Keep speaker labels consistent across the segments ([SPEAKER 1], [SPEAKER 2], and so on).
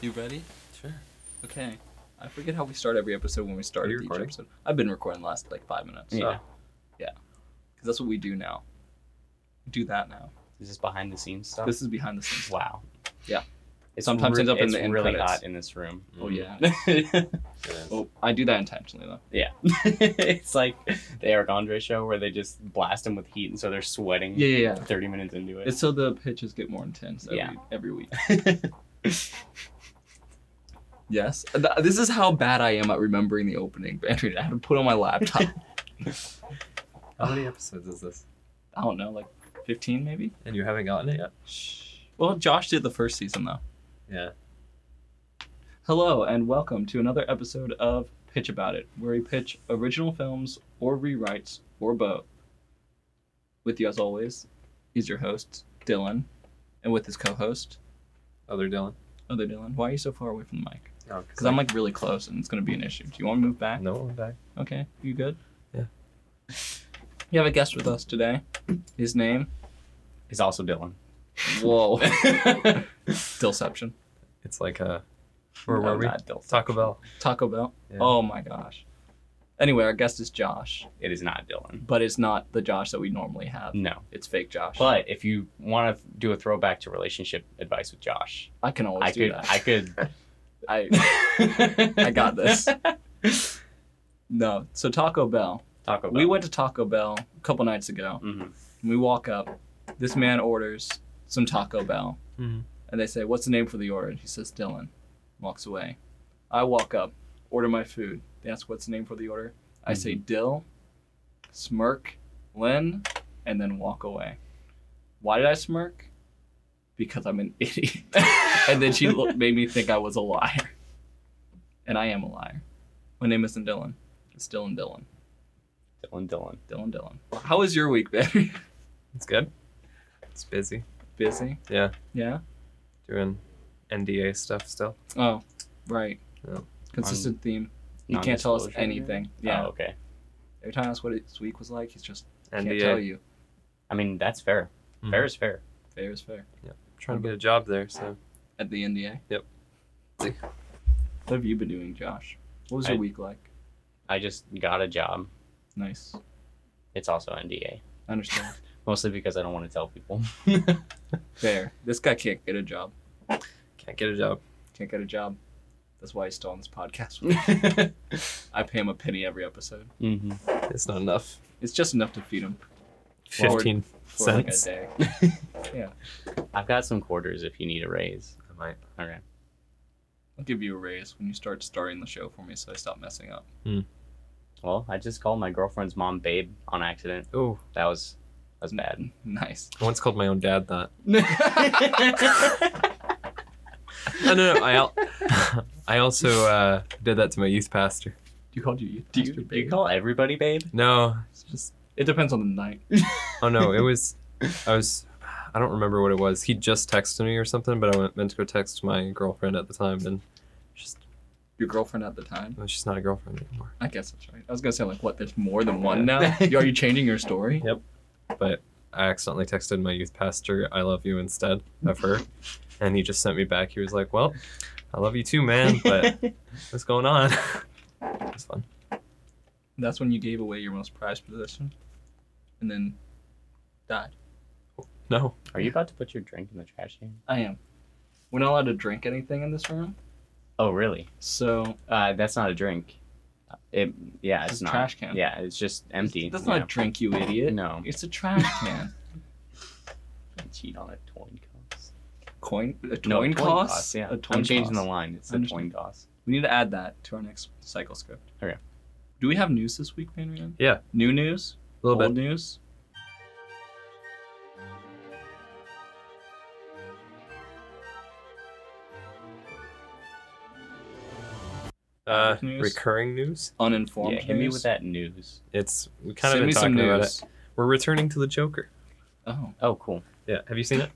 [SPEAKER 1] You ready?
[SPEAKER 2] Sure.
[SPEAKER 1] Okay. I forget how we start every episode when we started
[SPEAKER 2] you
[SPEAKER 1] each
[SPEAKER 2] recording?
[SPEAKER 1] episode. I've been recording the last like five minutes.
[SPEAKER 2] Yeah.
[SPEAKER 1] So, yeah. Because that's what we do now. We do that now.
[SPEAKER 2] Is this behind the scenes stuff?
[SPEAKER 1] This is behind the scenes.
[SPEAKER 2] wow.
[SPEAKER 1] Yeah.
[SPEAKER 2] It's
[SPEAKER 1] Sometimes ends up in
[SPEAKER 2] it's
[SPEAKER 1] the end
[SPEAKER 2] really
[SPEAKER 1] credits.
[SPEAKER 2] hot in this room.
[SPEAKER 1] Oh yeah.
[SPEAKER 3] Yeah.
[SPEAKER 1] Oh, I do that intentionally though.
[SPEAKER 2] yeah. it's like the Eric Andre show where they just blast them with heat and so they're sweating
[SPEAKER 1] Yeah, yeah, yeah.
[SPEAKER 2] 30 minutes into it.
[SPEAKER 1] It's so the pitches get more intense every,
[SPEAKER 2] Yeah.
[SPEAKER 1] every week. Yes. Th- This is how bad I am at remembering the opening. Andrew, I had to put on my laptop.
[SPEAKER 3] How many episodes is this?
[SPEAKER 1] I don't know, like 15 maybe?
[SPEAKER 3] And you haven't gotten it yet?
[SPEAKER 1] Well, Josh did the first season though.
[SPEAKER 3] Yeah.
[SPEAKER 1] Hello and welcome to another episode of Pitch About It, where we pitch original films or rewrites or both. With you as always is your host, Dylan, and with his co-host,
[SPEAKER 3] Other Dylan?
[SPEAKER 1] other Dylan. Why are you so far away from the mic?
[SPEAKER 3] No,
[SPEAKER 1] Because I'm like really close and it's gonna be an issue. Do you want to move back?
[SPEAKER 3] No, I'm back.
[SPEAKER 1] Okay, you good?
[SPEAKER 3] Yeah.
[SPEAKER 1] You have a guest with us today. His name?
[SPEAKER 2] It's also Dylan.
[SPEAKER 1] Whoa. Dilception.
[SPEAKER 3] It's like a. Where
[SPEAKER 1] No,
[SPEAKER 3] were we?
[SPEAKER 1] not Dilception.
[SPEAKER 3] Taco Bell.
[SPEAKER 1] Taco Bell.
[SPEAKER 3] Yeah.
[SPEAKER 1] Oh my gosh. Anyway, our guest is Josh,
[SPEAKER 2] It is not Dylan.
[SPEAKER 1] but it's not the Josh that we normally have.
[SPEAKER 2] No.
[SPEAKER 1] It's fake Josh.
[SPEAKER 2] But if you want to do a throwback to relationship advice with Josh,
[SPEAKER 1] I can always
[SPEAKER 2] I
[SPEAKER 1] do
[SPEAKER 2] could,
[SPEAKER 1] that.
[SPEAKER 2] I could.
[SPEAKER 1] I
[SPEAKER 2] I
[SPEAKER 1] got this. no. So Taco Bell.
[SPEAKER 2] Taco Bell.
[SPEAKER 1] We went to Taco Bell a couple nights ago.
[SPEAKER 2] Mhm.
[SPEAKER 1] And we walk up. This man orders some Taco Bell,
[SPEAKER 3] Mhm.
[SPEAKER 1] and they say, "What's the name for the order?" And he says, "Dylan." Walks away. I walk up, order my food. They ask, "What's the name for the order?" I say, "Dill," smirk, Lynn, and then walk away. Why did I smirk? Because I'm an idiot. and then she lo- made me think I was a liar, and I am a liar. My name isn't Dylan. It's Dylan. Dylan.
[SPEAKER 2] Dylan, Dylan.
[SPEAKER 1] Dylan. Dylan. How was your week, baby?
[SPEAKER 3] It's good. It's busy.
[SPEAKER 1] Busy.
[SPEAKER 3] Yeah.
[SPEAKER 1] Yeah.
[SPEAKER 3] Doing NDA stuff still.
[SPEAKER 1] Oh, right.
[SPEAKER 3] Yeah.
[SPEAKER 1] Consistent theme. He can't tell us
[SPEAKER 2] Non-disclosure agreement?
[SPEAKER 1] anything. Yeah.
[SPEAKER 2] Oh, okay.
[SPEAKER 1] Every time I ask what his week was like, he's just can't
[SPEAKER 3] NDA.
[SPEAKER 1] tell you.
[SPEAKER 2] I mean, that's fair.
[SPEAKER 3] Mhm.
[SPEAKER 2] Fair is fair.
[SPEAKER 1] Fair is fair.
[SPEAKER 3] trying to get a job there, so.
[SPEAKER 1] At the NDA.
[SPEAKER 3] Yep.
[SPEAKER 1] What have you been doing, Josh? What was your
[SPEAKER 2] I-
[SPEAKER 1] week like?
[SPEAKER 2] I just got a job.
[SPEAKER 1] Nice.
[SPEAKER 2] It's also NDA.
[SPEAKER 1] I understand.
[SPEAKER 2] Mostly because I don't want to tell people.
[SPEAKER 1] fair. This guy can't get a job.
[SPEAKER 3] Can't get a job.
[SPEAKER 1] Can't get a job. That's why he's still on this podcast. with me.
[SPEAKER 2] mm-hmm.
[SPEAKER 1] I pay him a penny every episode.
[SPEAKER 3] It's not enough.
[SPEAKER 1] It's just enough to feed him Well,
[SPEAKER 3] 15
[SPEAKER 1] for
[SPEAKER 3] cents.
[SPEAKER 1] like a day.
[SPEAKER 2] I've got some quarters if you need a raise.
[SPEAKER 3] I might.
[SPEAKER 2] Okay.
[SPEAKER 1] I'll give you a raise when you start starting the show for me, so I stop messing up.
[SPEAKER 2] Well, I just called my girlfriend's mom babe on accident.
[SPEAKER 3] Oh,
[SPEAKER 2] That was that was bad.
[SPEAKER 1] Nice.
[SPEAKER 3] I once called my own dad that.
[SPEAKER 2] oh
[SPEAKER 3] No, no, no. I, al- I also uh, did that to my youth pastor.
[SPEAKER 1] You called you.
[SPEAKER 2] do you, do you call everybody babe?
[SPEAKER 3] No,
[SPEAKER 1] It's just it depends on the night.
[SPEAKER 3] Oh no, it was I was I don't remember what it was. He just texted me or something, but I went, meant to go text my girlfriend at the time and just
[SPEAKER 1] Your girlfriend at the time.
[SPEAKER 3] no, she's not a girlfriend anymore.
[SPEAKER 1] I guess that's right. I was gonna say like, what? There's more than one now. You- Are you changing your story?
[SPEAKER 3] Yep. But I accidentally texted my youth pastor I love you instead of her. And he just sent me back. He was like, Well, I love you too, man, but what's going on? It was fun.
[SPEAKER 1] That's when you gave away your most prized possession, and then died.
[SPEAKER 3] No.
[SPEAKER 2] Are you about to put your drink in the trash can?
[SPEAKER 1] I am. We're not allowed to drink anything in this room,
[SPEAKER 2] Oh really?
[SPEAKER 1] so
[SPEAKER 2] Uh, that's not a drink. Uh, It yeah, it's,
[SPEAKER 1] It's a
[SPEAKER 2] not.
[SPEAKER 1] trash can.
[SPEAKER 2] Yeah, it's just empty.
[SPEAKER 1] that's not a drink, you
[SPEAKER 2] yeah.
[SPEAKER 1] idiot.
[SPEAKER 2] No.
[SPEAKER 1] It's a trash can.
[SPEAKER 2] cheat on a coin cost.
[SPEAKER 1] coin. A
[SPEAKER 2] No,
[SPEAKER 1] coin cost.
[SPEAKER 2] Yeah.
[SPEAKER 1] A coin
[SPEAKER 2] I'm changing
[SPEAKER 1] toss.
[SPEAKER 2] the line. It's a
[SPEAKER 1] Understand.
[SPEAKER 2] coin toss.
[SPEAKER 1] We need to add that to our next cycle script.
[SPEAKER 2] Okay.
[SPEAKER 1] Do we have news this week, Panrian?
[SPEAKER 3] Yeah.
[SPEAKER 1] New news?
[SPEAKER 3] A little
[SPEAKER 1] old
[SPEAKER 3] bit.
[SPEAKER 1] news?
[SPEAKER 3] Uh,
[SPEAKER 1] News.
[SPEAKER 3] recurring news.
[SPEAKER 1] Uninformed
[SPEAKER 2] yeah, hit me
[SPEAKER 1] news?
[SPEAKER 2] with that news.
[SPEAKER 3] It's we kind
[SPEAKER 1] Send me
[SPEAKER 3] of been
[SPEAKER 1] some
[SPEAKER 3] talking about
[SPEAKER 1] news.
[SPEAKER 3] it. We're returning to the Joker.
[SPEAKER 1] Oh,
[SPEAKER 2] Oh, cool.
[SPEAKER 3] Yeah. Have you seen it?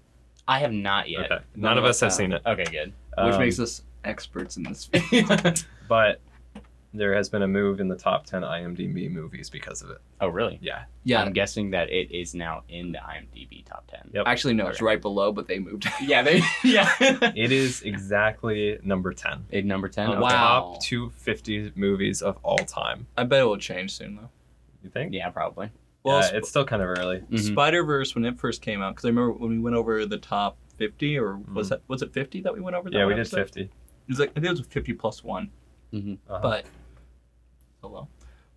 [SPEAKER 2] I have not yet.
[SPEAKER 3] Okay. None, of us have seen it.
[SPEAKER 2] Okay, good.
[SPEAKER 1] Oh, which
[SPEAKER 2] Um,
[SPEAKER 1] makes us experts in this. field.
[SPEAKER 2] but
[SPEAKER 3] there has been a move in the top 10 IMDb movies because of it.
[SPEAKER 2] Oh, really?
[SPEAKER 3] Yeah.
[SPEAKER 1] Yeah.
[SPEAKER 2] I'm guessing that it is now in the IMDb top 10.
[SPEAKER 3] Yep.
[SPEAKER 1] Actually, no, it's right below, but they moved.
[SPEAKER 2] Yeah, they. Yeah.
[SPEAKER 3] It is exactly number 10.
[SPEAKER 2] At number 10.
[SPEAKER 1] Oh,
[SPEAKER 2] okay.
[SPEAKER 1] wow.
[SPEAKER 3] Top 250 movies of all time.
[SPEAKER 1] I bet it will change soon though.
[SPEAKER 3] You think?
[SPEAKER 2] Yeah, probably.
[SPEAKER 1] Well, Sp-
[SPEAKER 3] Yeah, it's mm-hmm. still kind of early.
[SPEAKER 2] Mhm.
[SPEAKER 1] Spider Verse when it first came out, because I remember when we went over the top fifty, or was
[SPEAKER 3] Mhm.
[SPEAKER 1] that was it fifty that we went over? that
[SPEAKER 3] Yeah, we
[SPEAKER 1] one
[SPEAKER 3] did
[SPEAKER 1] episode?
[SPEAKER 3] 50.
[SPEAKER 1] It was like I think it was fifty plus one,
[SPEAKER 3] Uh-huh.
[SPEAKER 1] but hello,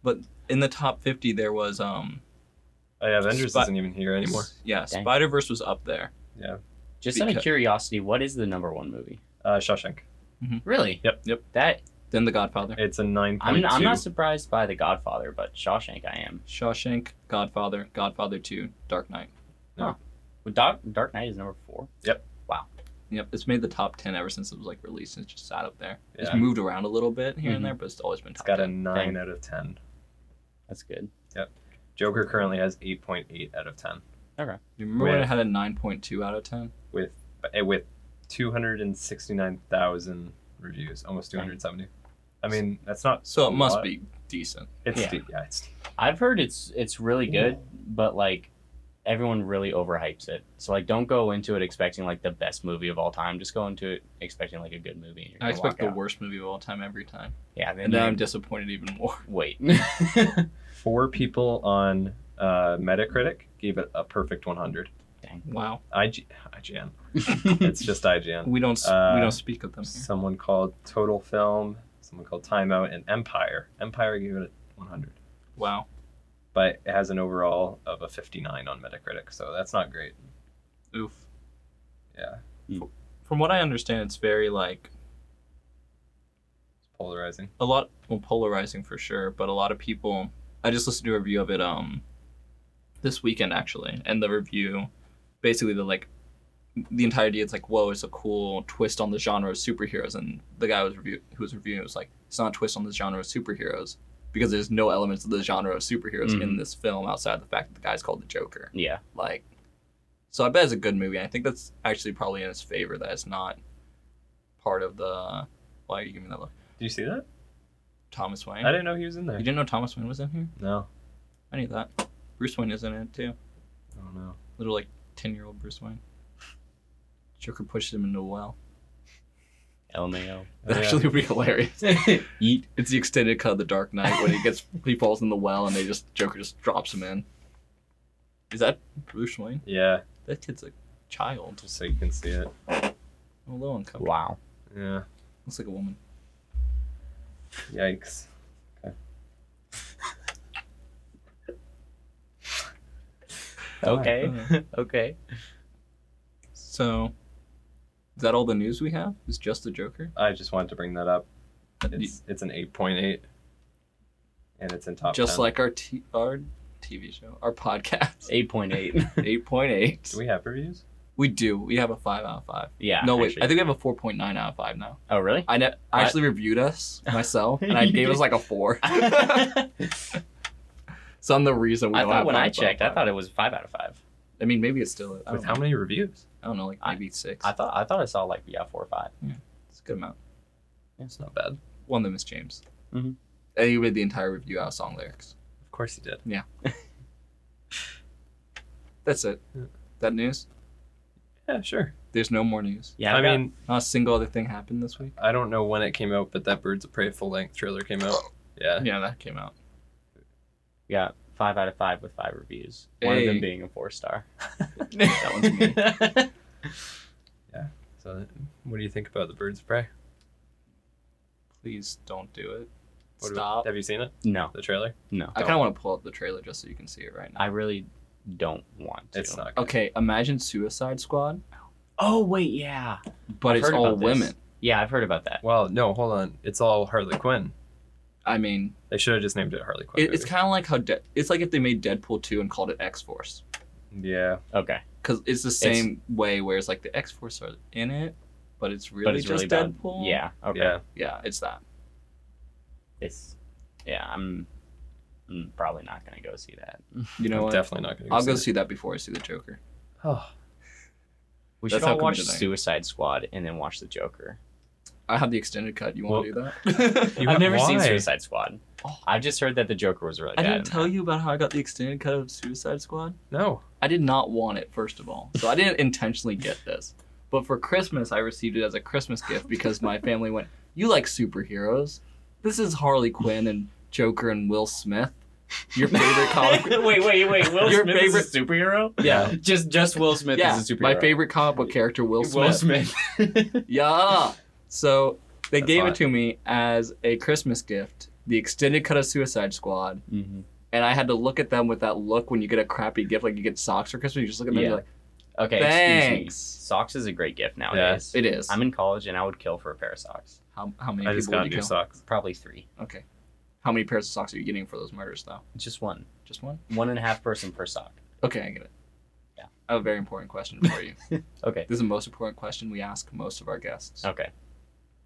[SPEAKER 1] but in the top fifty there was um
[SPEAKER 3] oh, yeah, Avengers
[SPEAKER 1] Spi-
[SPEAKER 3] isn't even here anymore.
[SPEAKER 1] s- Yeah,
[SPEAKER 2] Dang.
[SPEAKER 1] Spider Verse was up there.
[SPEAKER 2] Just out of
[SPEAKER 1] Because-
[SPEAKER 2] curiosity, what is the number one movie?
[SPEAKER 3] Uh, Shawshank.
[SPEAKER 2] Really?
[SPEAKER 3] Yep.
[SPEAKER 1] Yep.
[SPEAKER 2] That
[SPEAKER 1] Then The Godfather,
[SPEAKER 3] It's a 9.2.
[SPEAKER 2] I'm, I'm not surprised by The Godfather, but Shawshank I am.
[SPEAKER 1] Shawshank, Godfather, Godfather Two, Dark Knight.
[SPEAKER 2] Well, Dark, Dark Knight is number four.
[SPEAKER 1] Yep, it's made the top ten ever since it was like released. and It's just sat up there. It's
[SPEAKER 3] Yeah. Mm-hmm.
[SPEAKER 1] moved around a little bit here
[SPEAKER 2] Mhm.
[SPEAKER 1] and there, but it's always been
[SPEAKER 3] It's
[SPEAKER 1] top
[SPEAKER 3] got a
[SPEAKER 1] ten.
[SPEAKER 3] 9 out of 10.
[SPEAKER 2] That's good.
[SPEAKER 3] Joker currently has 8.8 out of 10
[SPEAKER 1] You remember when
[SPEAKER 3] Yeah.
[SPEAKER 1] it had a nine point two out of ten?
[SPEAKER 3] with eh, with 269,000 reviews, almost 270. I mean, that's not
[SPEAKER 1] So
[SPEAKER 3] a
[SPEAKER 1] it must
[SPEAKER 3] lot.
[SPEAKER 1] be decent.
[SPEAKER 3] It's
[SPEAKER 2] Yeah.
[SPEAKER 3] yeah, yeah it's
[SPEAKER 2] I've heard it's it's really good, but like everyone really overhypes it. So like don't go into it expecting like the best movie of all time. Just go into it expecting like a good movie. And you're
[SPEAKER 1] I
[SPEAKER 2] gonna
[SPEAKER 1] expect
[SPEAKER 2] walk
[SPEAKER 1] the
[SPEAKER 2] out.
[SPEAKER 1] worst movie of all time every time.
[SPEAKER 2] Yeah, then
[SPEAKER 1] And now I'm
[SPEAKER 2] you
[SPEAKER 1] disappointed even more.
[SPEAKER 2] wait.
[SPEAKER 3] four people on uh, Metacritic gave it a perfect 100.
[SPEAKER 1] Wow.
[SPEAKER 3] IG, IGN. it's just IGN.
[SPEAKER 1] We don't s
[SPEAKER 3] Uh,
[SPEAKER 1] we don't speak of them here.
[SPEAKER 3] Someone called Total Film, someone called Time Out, and Empire. Empire gave it a 100,
[SPEAKER 1] Wow.
[SPEAKER 3] but it has an overall of a 59 on Metacritic, so that's not great.
[SPEAKER 1] Oof.
[SPEAKER 3] Yeah,
[SPEAKER 1] From what I understand, it's very like
[SPEAKER 3] it's polarizing.
[SPEAKER 1] a lot well polarizing for sure, but a lot of people. I just listened to a review of it um this weekend actually, and the review basically the like the entire idea it's like whoa it's a cool twist on the genre of superheroes and the guy was review who was reviewing it was like it's not a twist on the genre of superheroes because there's no elements of the genre of superheroes in
[SPEAKER 2] Mhm.
[SPEAKER 1] this film outside the fact that the guy's called the Joker.
[SPEAKER 2] yeah.
[SPEAKER 1] Like, so I bet it's a good movie. I think that's actually probably in its favor that it's not part of the. Why are you giving me that look?
[SPEAKER 3] Do you see that?
[SPEAKER 1] Thomas Wayne.
[SPEAKER 3] I didn't know he was in
[SPEAKER 1] you
[SPEAKER 3] there.
[SPEAKER 1] didn't know Thomas Wayne was in here?
[SPEAKER 3] No,
[SPEAKER 1] I knew that. Bruce Wayne is in it too.
[SPEAKER 3] I don't know.
[SPEAKER 1] Little like ten year old Bruce Wayne. Joker pushes him into a well.
[SPEAKER 2] LMAO.
[SPEAKER 1] It's
[SPEAKER 3] Yeah.
[SPEAKER 1] actually pretty hilarious.
[SPEAKER 2] Eat.
[SPEAKER 1] It's the extended cut of the Dark Knight when he gets he falls in the well and they just Joker just drops him in. Is that Bruce Wayne?
[SPEAKER 3] Yeah,
[SPEAKER 1] That kid's a child.
[SPEAKER 3] just so you can see it.
[SPEAKER 1] A little uncomfortable.
[SPEAKER 2] Wow.
[SPEAKER 3] Yeah.
[SPEAKER 1] Looks like a woman.
[SPEAKER 3] Yikes.
[SPEAKER 2] Okay.
[SPEAKER 1] Uh,
[SPEAKER 2] okay.
[SPEAKER 1] So, is that all the news we have? Is just the Joker?
[SPEAKER 3] I just wanted to bring that up.
[SPEAKER 1] You-
[SPEAKER 3] It's it's an 8.8, and it's in top.
[SPEAKER 1] just
[SPEAKER 3] 10.
[SPEAKER 1] like our t- our TV show, our podcast,
[SPEAKER 2] Eight point eight.
[SPEAKER 1] eight point eight.
[SPEAKER 3] Do we have reviews?
[SPEAKER 1] We do. We have a five out of five.
[SPEAKER 2] Yeah.
[SPEAKER 1] no wait,
[SPEAKER 2] actually.
[SPEAKER 1] I think we have a four point nine out of five now.
[SPEAKER 2] Oh really?
[SPEAKER 1] I, ne- I actually reviewed us myself, and I gave us like a four.
[SPEAKER 2] I
[SPEAKER 1] so I'm the reason we don't
[SPEAKER 2] thought
[SPEAKER 1] have
[SPEAKER 2] when
[SPEAKER 1] five
[SPEAKER 2] I
[SPEAKER 1] out of
[SPEAKER 2] checked, I
[SPEAKER 1] five.
[SPEAKER 2] thought it was five out of five.
[SPEAKER 1] I mean, maybe it's still. I
[SPEAKER 3] With
[SPEAKER 1] don't,
[SPEAKER 3] how
[SPEAKER 1] know.
[SPEAKER 3] many reviews?
[SPEAKER 1] I don't know, like maybe six.
[SPEAKER 2] I thought I thought I saw like yeah four or five.
[SPEAKER 1] it's a good amount.
[SPEAKER 3] It's not bad.
[SPEAKER 1] One of them is James.
[SPEAKER 2] Mhm.
[SPEAKER 1] And he read the entire review out of song lyrics.
[SPEAKER 3] Of course you did.
[SPEAKER 1] That's it.
[SPEAKER 3] Yeah.
[SPEAKER 1] That news.
[SPEAKER 3] Yeah, sure.
[SPEAKER 1] There's no more news.
[SPEAKER 2] Yeah.
[SPEAKER 3] I
[SPEAKER 2] I've got-
[SPEAKER 3] mean,
[SPEAKER 1] Not a single other thing happened this week.
[SPEAKER 3] I don't know when it came out, but that Birds of Prey full length trailer came out. Uh, Yeah.
[SPEAKER 1] Yeah, that came out.
[SPEAKER 2] We got five out of five with five reviews. One of
[SPEAKER 1] Hey.
[SPEAKER 2] them being a four star.
[SPEAKER 1] That one's me.
[SPEAKER 3] So, what do you think about the Birds of Prey?
[SPEAKER 1] Please don't do it.
[SPEAKER 3] What about-
[SPEAKER 1] Stop.
[SPEAKER 3] have you seen it?
[SPEAKER 2] No,
[SPEAKER 3] The trailer?
[SPEAKER 2] no.
[SPEAKER 1] I kind of want to pull up the trailer just so you can see it right now.
[SPEAKER 2] I really don't want to.
[SPEAKER 3] It's not. Good.
[SPEAKER 1] Okay, imagine Suicide Squad,
[SPEAKER 2] Oh wait, yeah.
[SPEAKER 1] but
[SPEAKER 2] I've
[SPEAKER 1] it's
[SPEAKER 2] heard
[SPEAKER 1] all
[SPEAKER 2] about this.
[SPEAKER 1] women.
[SPEAKER 2] Yeah, I've heard about that.
[SPEAKER 3] Well, no, hold on. It's all Harley Quinn.
[SPEAKER 1] I mean,
[SPEAKER 3] They should have just named it Harley Quinn.
[SPEAKER 1] it, it's
[SPEAKER 3] movie.
[SPEAKER 1] kind of like how De- it's like if they made Deadpool two and called it X Force,
[SPEAKER 3] yeah.
[SPEAKER 2] Okay.
[SPEAKER 1] because it's the same way where it's like the X Force are in it, but it's really
[SPEAKER 2] but it's
[SPEAKER 1] just
[SPEAKER 2] really bad.
[SPEAKER 1] Deadpool.
[SPEAKER 2] Yeah. Okay.
[SPEAKER 3] Yeah.
[SPEAKER 1] yeah, it's that.
[SPEAKER 2] It's yeah, I'm I'm probably not gonna go see that.
[SPEAKER 1] You know
[SPEAKER 3] I'm
[SPEAKER 1] what?
[SPEAKER 3] definitely not going to
[SPEAKER 1] I'll go see that before I see the Joker.
[SPEAKER 3] Oh,
[SPEAKER 2] We
[SPEAKER 1] That's
[SPEAKER 2] should
[SPEAKER 1] how
[SPEAKER 2] all watch
[SPEAKER 1] committed I am.
[SPEAKER 2] Suicide Squad and then watch the Joker.
[SPEAKER 1] I have the extended cut. You want to
[SPEAKER 2] Well-
[SPEAKER 1] do that?
[SPEAKER 3] You
[SPEAKER 2] I've
[SPEAKER 3] have-
[SPEAKER 2] never seen
[SPEAKER 3] why?
[SPEAKER 2] Suicide Squad.
[SPEAKER 1] Oh.
[SPEAKER 2] I've just heard that the Joker was really
[SPEAKER 1] I
[SPEAKER 2] bad.
[SPEAKER 1] didn't tell you about how I got the extended cut of Suicide Squad.
[SPEAKER 3] No.
[SPEAKER 1] I did not want it, first of all. So I didn't intentionally get this. But for Christmas, I received it as a Christmas gift because my family went, You like superheroes? This is Harley Quinn and Joker and Will Smith. Your favorite comic
[SPEAKER 2] wait, wait, wait. Will
[SPEAKER 1] Your
[SPEAKER 2] Smith is a superhero?
[SPEAKER 1] Yeah.
[SPEAKER 2] Just just Will Smith
[SPEAKER 1] yeah,
[SPEAKER 2] is a superhero.
[SPEAKER 1] my favorite comic book character, Will Smith.
[SPEAKER 2] Will Smith.
[SPEAKER 1] Yeah. So they
[SPEAKER 3] That's
[SPEAKER 1] gave
[SPEAKER 3] hot.
[SPEAKER 1] it to me as a Christmas gift, the extended cut of Suicide Squad,
[SPEAKER 2] Mhm.
[SPEAKER 1] and I had to look at them with that look when you get a crappy gift, like you get socks for Christmas. You just look at them
[SPEAKER 2] Yeah.
[SPEAKER 1] and
[SPEAKER 2] Okay, excuse me.
[SPEAKER 1] Thanks.
[SPEAKER 2] Socks is a great gift nowadays.
[SPEAKER 1] you're like, it is.
[SPEAKER 2] I'm in college and I would kill for a pair of socks.
[SPEAKER 1] how, how many
[SPEAKER 3] I just
[SPEAKER 1] people would
[SPEAKER 3] got
[SPEAKER 1] you
[SPEAKER 3] new
[SPEAKER 1] kill?
[SPEAKER 3] socks.
[SPEAKER 2] Probably three.
[SPEAKER 1] Okay. How many pairs of socks are you getting for those murders, though?
[SPEAKER 2] Just one.
[SPEAKER 1] Just one?
[SPEAKER 2] One and a half person per sock.
[SPEAKER 1] Okay, I get it.
[SPEAKER 2] Yeah.
[SPEAKER 1] I have a very important question for you.
[SPEAKER 2] Okay.
[SPEAKER 1] this is the most important question we ask most of our guests.
[SPEAKER 2] Okay.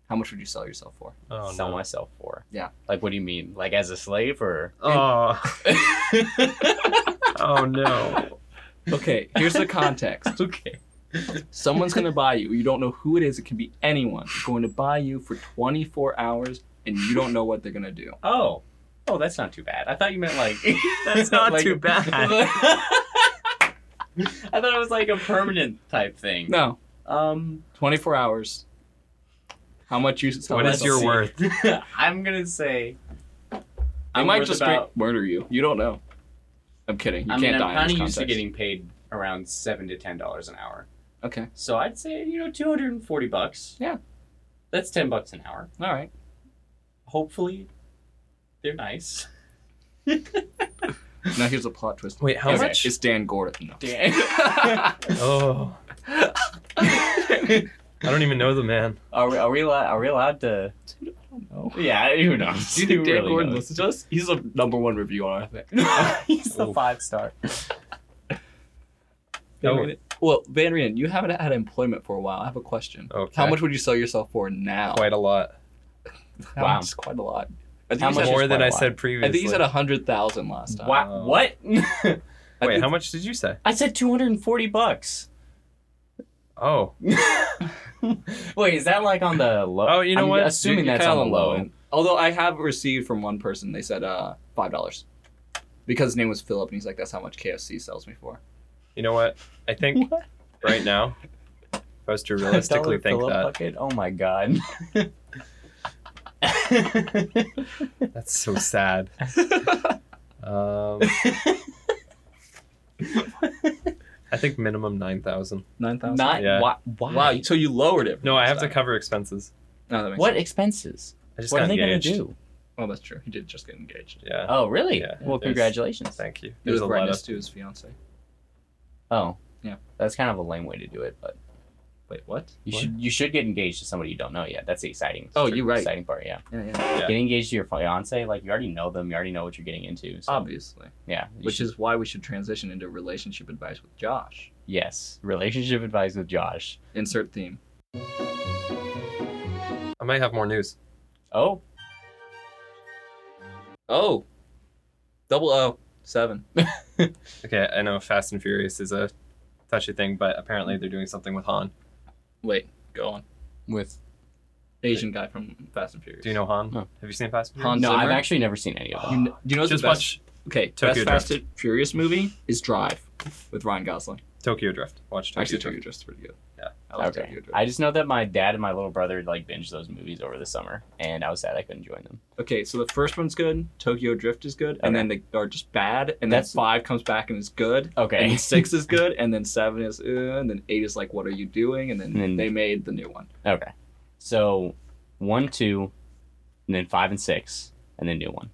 [SPEAKER 1] How much would you sell yourself for?
[SPEAKER 3] Oh
[SPEAKER 2] Sell
[SPEAKER 3] no.
[SPEAKER 2] myself for.
[SPEAKER 1] Yeah.
[SPEAKER 2] Like what do you mean? Like as a slave or
[SPEAKER 3] Oh. oh no.
[SPEAKER 1] Okay, here's the context.
[SPEAKER 2] Okay.
[SPEAKER 1] Someone's going to buy you. You don't know who it is. It can be anyone. They're going to buy you for 24 hours, and you don't know what they're going to do.
[SPEAKER 2] Oh. Oh, that's not too bad. I thought you meant like
[SPEAKER 3] That's not
[SPEAKER 2] like-
[SPEAKER 3] too bad.
[SPEAKER 2] I thought it was like a permanent type thing.
[SPEAKER 1] No,
[SPEAKER 2] Um
[SPEAKER 1] 24 hours. How much you sell
[SPEAKER 3] What is
[SPEAKER 2] let's
[SPEAKER 3] your
[SPEAKER 2] see.
[SPEAKER 1] worth?
[SPEAKER 3] worth?
[SPEAKER 2] I'm gonna say
[SPEAKER 1] I
[SPEAKER 2] I'm
[SPEAKER 1] might
[SPEAKER 2] worth
[SPEAKER 1] just
[SPEAKER 2] about-
[SPEAKER 1] straight murder you. You don't know. I'm kidding. You
[SPEAKER 2] I
[SPEAKER 1] can't
[SPEAKER 2] mean,
[SPEAKER 1] die
[SPEAKER 2] I'm
[SPEAKER 1] in
[SPEAKER 2] kind
[SPEAKER 1] this
[SPEAKER 2] of used to
[SPEAKER 1] context.
[SPEAKER 2] getting paid around seven to ten dollars an hour.
[SPEAKER 1] Okay.
[SPEAKER 2] So I'd say you know two hundred and forty bucks.
[SPEAKER 1] Yeah.
[SPEAKER 2] that's ten bucks an hour.
[SPEAKER 1] All right.
[SPEAKER 2] Hopefully, they're nice.
[SPEAKER 1] Now here's a plot twist.
[SPEAKER 3] Wait, how
[SPEAKER 1] Okay,
[SPEAKER 3] much?
[SPEAKER 1] It's Dan Gordon. No.
[SPEAKER 2] Dan.
[SPEAKER 3] Oh. I don't even know the man.
[SPEAKER 2] are we are we allowed, are we allowed to?
[SPEAKER 1] know.
[SPEAKER 2] Yeah, who knows?
[SPEAKER 1] Do you think
[SPEAKER 2] Who
[SPEAKER 1] Dan
[SPEAKER 2] really
[SPEAKER 1] Gordon
[SPEAKER 2] knows?
[SPEAKER 1] listens to us? He's a number one reviewer, I think.
[SPEAKER 2] He's the
[SPEAKER 3] Oof.
[SPEAKER 2] five star.
[SPEAKER 3] Oh.
[SPEAKER 1] Well, Van Rien, you haven't had employment for a while. I have a question.
[SPEAKER 3] Okay.
[SPEAKER 1] How much would you sell yourself for now?
[SPEAKER 3] Quite a lot.
[SPEAKER 1] That
[SPEAKER 2] Wow.
[SPEAKER 1] was quite a lot. I think
[SPEAKER 2] How
[SPEAKER 1] you
[SPEAKER 2] much
[SPEAKER 1] said-
[SPEAKER 2] is
[SPEAKER 3] More than
[SPEAKER 2] quite a
[SPEAKER 3] I
[SPEAKER 2] lot?
[SPEAKER 3] said previously.
[SPEAKER 1] I think you said a hundred thousand last time.
[SPEAKER 2] Wow, what?
[SPEAKER 1] I
[SPEAKER 3] Wait,
[SPEAKER 1] think-
[SPEAKER 3] how much did you say?
[SPEAKER 2] I said two hundred and forty bucks.
[SPEAKER 3] Oh.
[SPEAKER 2] Wait, is that like on the low?
[SPEAKER 3] Oh, you know
[SPEAKER 2] I'm
[SPEAKER 3] what?
[SPEAKER 2] Assuming
[SPEAKER 1] You're
[SPEAKER 2] that's on
[SPEAKER 1] kinda
[SPEAKER 2] the low. end.
[SPEAKER 1] Although I have received from one person, they said uh five dollars. Because his name was Philip and he's like, That's how much KFC sells me for.
[SPEAKER 3] You know what? I think right now, if I was to realistically
[SPEAKER 2] Dollar
[SPEAKER 3] think
[SPEAKER 2] Philip
[SPEAKER 3] that,
[SPEAKER 2] Bucket? Oh my god.
[SPEAKER 3] that's so sad. Um, I think minimum nine thousand.
[SPEAKER 1] Nine thousand.
[SPEAKER 2] Not
[SPEAKER 3] Yeah.
[SPEAKER 2] why, why?
[SPEAKER 1] Wow, so you lowered it. from
[SPEAKER 3] No, I
[SPEAKER 1] last
[SPEAKER 3] have to
[SPEAKER 1] time.
[SPEAKER 3] cover expenses.
[SPEAKER 1] No, that makes
[SPEAKER 2] What
[SPEAKER 1] sense.
[SPEAKER 2] expenses?
[SPEAKER 3] I just
[SPEAKER 2] What
[SPEAKER 3] got
[SPEAKER 2] are they
[SPEAKER 3] engaged.
[SPEAKER 2] gonna do?
[SPEAKER 1] Oh, that's true. He did just get engaged.
[SPEAKER 3] Yeah.
[SPEAKER 2] Oh, really?
[SPEAKER 3] Yeah,
[SPEAKER 2] well,
[SPEAKER 3] there's-
[SPEAKER 2] congratulations.
[SPEAKER 3] Thank you.
[SPEAKER 1] It was
[SPEAKER 3] There's a lot
[SPEAKER 1] brightness
[SPEAKER 3] of
[SPEAKER 1] to his fiance.
[SPEAKER 2] Oh,
[SPEAKER 1] Yeah.
[SPEAKER 2] That's kind of a lame way to do it, but
[SPEAKER 1] Wait, what?
[SPEAKER 2] you
[SPEAKER 3] What?
[SPEAKER 2] should you should get engaged to somebody you don't know yet. That's the exciting.
[SPEAKER 1] Oh,
[SPEAKER 2] sure,
[SPEAKER 1] you're right.
[SPEAKER 2] Exciting part, yeah.
[SPEAKER 1] Yeah, yeah.
[SPEAKER 2] Getting engaged to your fiance, like you already know them, you already know what you're getting into. So,
[SPEAKER 1] Obviously.
[SPEAKER 2] yeah. you
[SPEAKER 1] Uh, Which
[SPEAKER 2] should-
[SPEAKER 1] is why we should transition into relationship advice with Josh.
[SPEAKER 2] yes, relationship advice with Josh.
[SPEAKER 1] Insert theme.
[SPEAKER 3] I might have more news.
[SPEAKER 2] Oh,
[SPEAKER 1] Oh. Double O seven.
[SPEAKER 3] Okay, I know Fast and Furious is a touchy thing, but apparently they're doing something with Han.
[SPEAKER 1] Wait, go on.
[SPEAKER 2] with
[SPEAKER 1] Asian guy from Fast and Furious.
[SPEAKER 3] Do you know Han?
[SPEAKER 2] No.
[SPEAKER 3] Have you seen Fast and
[SPEAKER 1] Han
[SPEAKER 3] Furious?
[SPEAKER 2] no, I've
[SPEAKER 1] Zimmer? Oh,
[SPEAKER 2] actually never seen any of
[SPEAKER 1] You
[SPEAKER 2] them.
[SPEAKER 1] kn- do you know what's
[SPEAKER 3] Just
[SPEAKER 1] the best?
[SPEAKER 3] watch
[SPEAKER 1] Okay,
[SPEAKER 3] Tokyo
[SPEAKER 1] best Fast
[SPEAKER 3] Drift.
[SPEAKER 1] and Furious movie is Drive with Ryan Gosling.
[SPEAKER 3] Tokyo Drift. Watch Tokyo
[SPEAKER 1] Actually,
[SPEAKER 3] Drift.
[SPEAKER 1] Tokyo Drift's pretty good.
[SPEAKER 3] Yeah.
[SPEAKER 1] I like
[SPEAKER 2] okay.
[SPEAKER 1] Tokyo Drift.
[SPEAKER 2] I just know that my dad and my little brother like binged those movies over the summer, and I was sad I couldn't join them.
[SPEAKER 1] Okay, so the first one's good. Tokyo Drift is good, and
[SPEAKER 2] Okay.
[SPEAKER 1] then they are just bad, and
[SPEAKER 2] That's-
[SPEAKER 1] then five comes back and is good, and
[SPEAKER 2] Okay.
[SPEAKER 1] then six is good, and then seven is, uh, and then eight is like, what are you doing? And then
[SPEAKER 2] And then-
[SPEAKER 1] they made the new one.
[SPEAKER 2] Okay. So one, two, and then five and six, and then new one.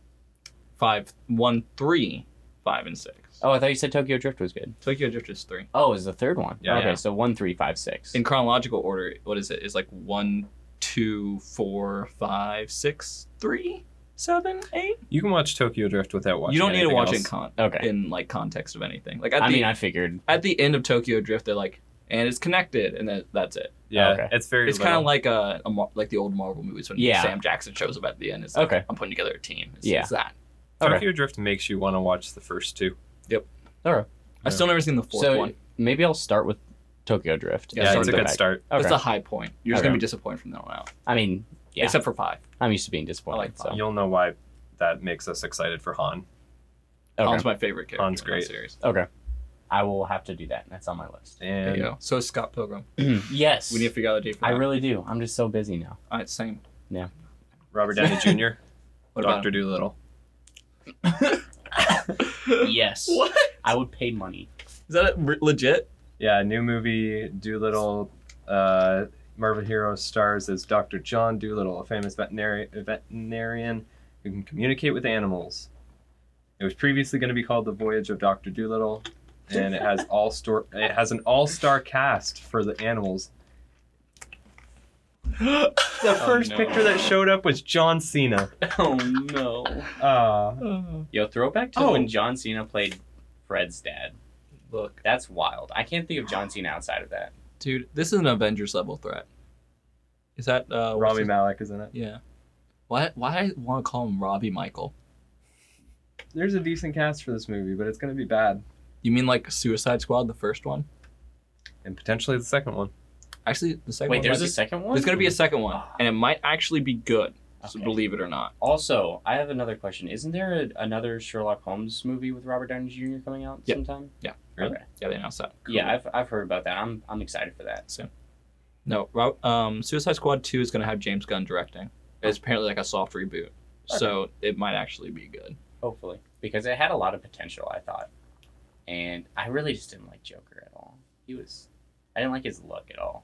[SPEAKER 1] Five, one, three, five, and six.
[SPEAKER 2] Oh, I thought you said Tokyo Drift was good.
[SPEAKER 1] Tokyo Drift is three.
[SPEAKER 2] Oh, is the third one.
[SPEAKER 3] Yeah.
[SPEAKER 2] okay,
[SPEAKER 3] Yeah.
[SPEAKER 2] so one, three, five, six.
[SPEAKER 1] In chronological order, what is it? It's like one, two, four, five, six, three, seven, eight.
[SPEAKER 3] You can watch Tokyo Drift without watching.
[SPEAKER 1] you don't need to
[SPEAKER 3] anything
[SPEAKER 1] watch it in
[SPEAKER 3] else.
[SPEAKER 1] con
[SPEAKER 2] okay.
[SPEAKER 1] in like context of anything. Like at
[SPEAKER 2] I
[SPEAKER 1] the
[SPEAKER 2] mean, I figured.
[SPEAKER 1] at the end of Tokyo Drift, they're like, and it's connected, and that, that's it.
[SPEAKER 3] Yeah,
[SPEAKER 2] Okay.
[SPEAKER 3] it's very.
[SPEAKER 1] It's kind of like uh, a, a Mar- like the old Marvel movies when
[SPEAKER 2] Yeah.
[SPEAKER 1] Sam Jackson shows up at the end. It's like,
[SPEAKER 2] Okay.
[SPEAKER 1] I'm putting together a team. It's,
[SPEAKER 2] Yeah.
[SPEAKER 1] it's that.
[SPEAKER 2] Okay.
[SPEAKER 3] Tokyo Drift makes you want to watch the first two.
[SPEAKER 1] I've still never seen the fourth
[SPEAKER 2] So
[SPEAKER 1] one.
[SPEAKER 2] maybe I'll start with Tokyo Drift.
[SPEAKER 1] Yeah,
[SPEAKER 3] Yeah,
[SPEAKER 1] start
[SPEAKER 3] it's a
[SPEAKER 1] with
[SPEAKER 3] good
[SPEAKER 2] Okay.
[SPEAKER 3] start.
[SPEAKER 1] It's a high point. You're just
[SPEAKER 2] Okay.
[SPEAKER 1] gonna be disappointed from then on out,
[SPEAKER 2] I mean, yeah,
[SPEAKER 1] except for five.
[SPEAKER 2] I'm used to being disappointed.
[SPEAKER 1] I like
[SPEAKER 2] so.
[SPEAKER 3] You'll know why that makes us excited for Han.
[SPEAKER 1] Han's
[SPEAKER 2] Okay.
[SPEAKER 1] my favorite character.
[SPEAKER 3] Han's
[SPEAKER 1] in that
[SPEAKER 3] great.
[SPEAKER 1] Series.
[SPEAKER 2] okay. I will have to do that. That's on my list.
[SPEAKER 1] There
[SPEAKER 3] And
[SPEAKER 1] you go. So is Scott Pilgrim.
[SPEAKER 2] yes.
[SPEAKER 1] We need to figure out a date for
[SPEAKER 2] I
[SPEAKER 1] that.
[SPEAKER 2] really do. I'm just so busy now.
[SPEAKER 1] All right, same.
[SPEAKER 3] Robert Downey Jr.,
[SPEAKER 1] What about
[SPEAKER 3] Doctor Doolittle.
[SPEAKER 1] him?
[SPEAKER 2] Yes.
[SPEAKER 1] what?
[SPEAKER 2] I would pay money.
[SPEAKER 1] Is that re- legit?
[SPEAKER 3] Yeah, new movie Doolittle. Uh, Marvel Hero stars as Dr. John Doolittle, a famous veterinary, veterinarian who can communicate with animals. It was previously going to be called The Voyage of Dr. Doolittle, and it has all star. It has an all-star cast for the animals. The
[SPEAKER 1] Oh,
[SPEAKER 3] first
[SPEAKER 1] no.
[SPEAKER 3] picture that showed up was John Cena.
[SPEAKER 2] Oh no.
[SPEAKER 3] Uh,
[SPEAKER 2] Yo, throwback to
[SPEAKER 3] Oh.
[SPEAKER 2] when John Cena played Fred's dad.
[SPEAKER 1] Look,
[SPEAKER 2] That's wild. I can't think of John Cena outside of that.
[SPEAKER 1] dude, this is an Avengers level threat. Is that uh? what's
[SPEAKER 3] Rami
[SPEAKER 1] his-
[SPEAKER 3] Malek is in it.
[SPEAKER 1] Yeah. Why? Why do I want to call him Robbie Michael?
[SPEAKER 3] There's a decent cast for this movie, but it's going to be bad,
[SPEAKER 1] You mean like Suicide Squad, the first one?
[SPEAKER 3] and potentially the second one.
[SPEAKER 1] Actually, the second.
[SPEAKER 2] Wait,
[SPEAKER 1] one
[SPEAKER 2] there's
[SPEAKER 1] might
[SPEAKER 2] a
[SPEAKER 1] be-
[SPEAKER 2] second one.
[SPEAKER 1] There's gonna be a second one, and it might actually be good. So
[SPEAKER 2] Okay.
[SPEAKER 1] believe it or not.
[SPEAKER 2] Also, I have another question. Isn't there a, another Sherlock Holmes movie with Robert Downey Jr. coming out
[SPEAKER 1] Yep.
[SPEAKER 2] sometime?
[SPEAKER 1] Yeah.
[SPEAKER 3] Really?
[SPEAKER 2] Okay.
[SPEAKER 1] Yeah, they announced that.
[SPEAKER 2] Yeah, I've, I've heard about that. I'm I'm excited for that.
[SPEAKER 1] No, Ro- um, Suicide Squad Two is gonna have James Gunn directing. It's apparently like a soft reboot, so it might actually be good.
[SPEAKER 2] Hopefully, because it had a lot of potential. I thought, and I really just didn't like Joker at all. He was, I didn't like his look at all.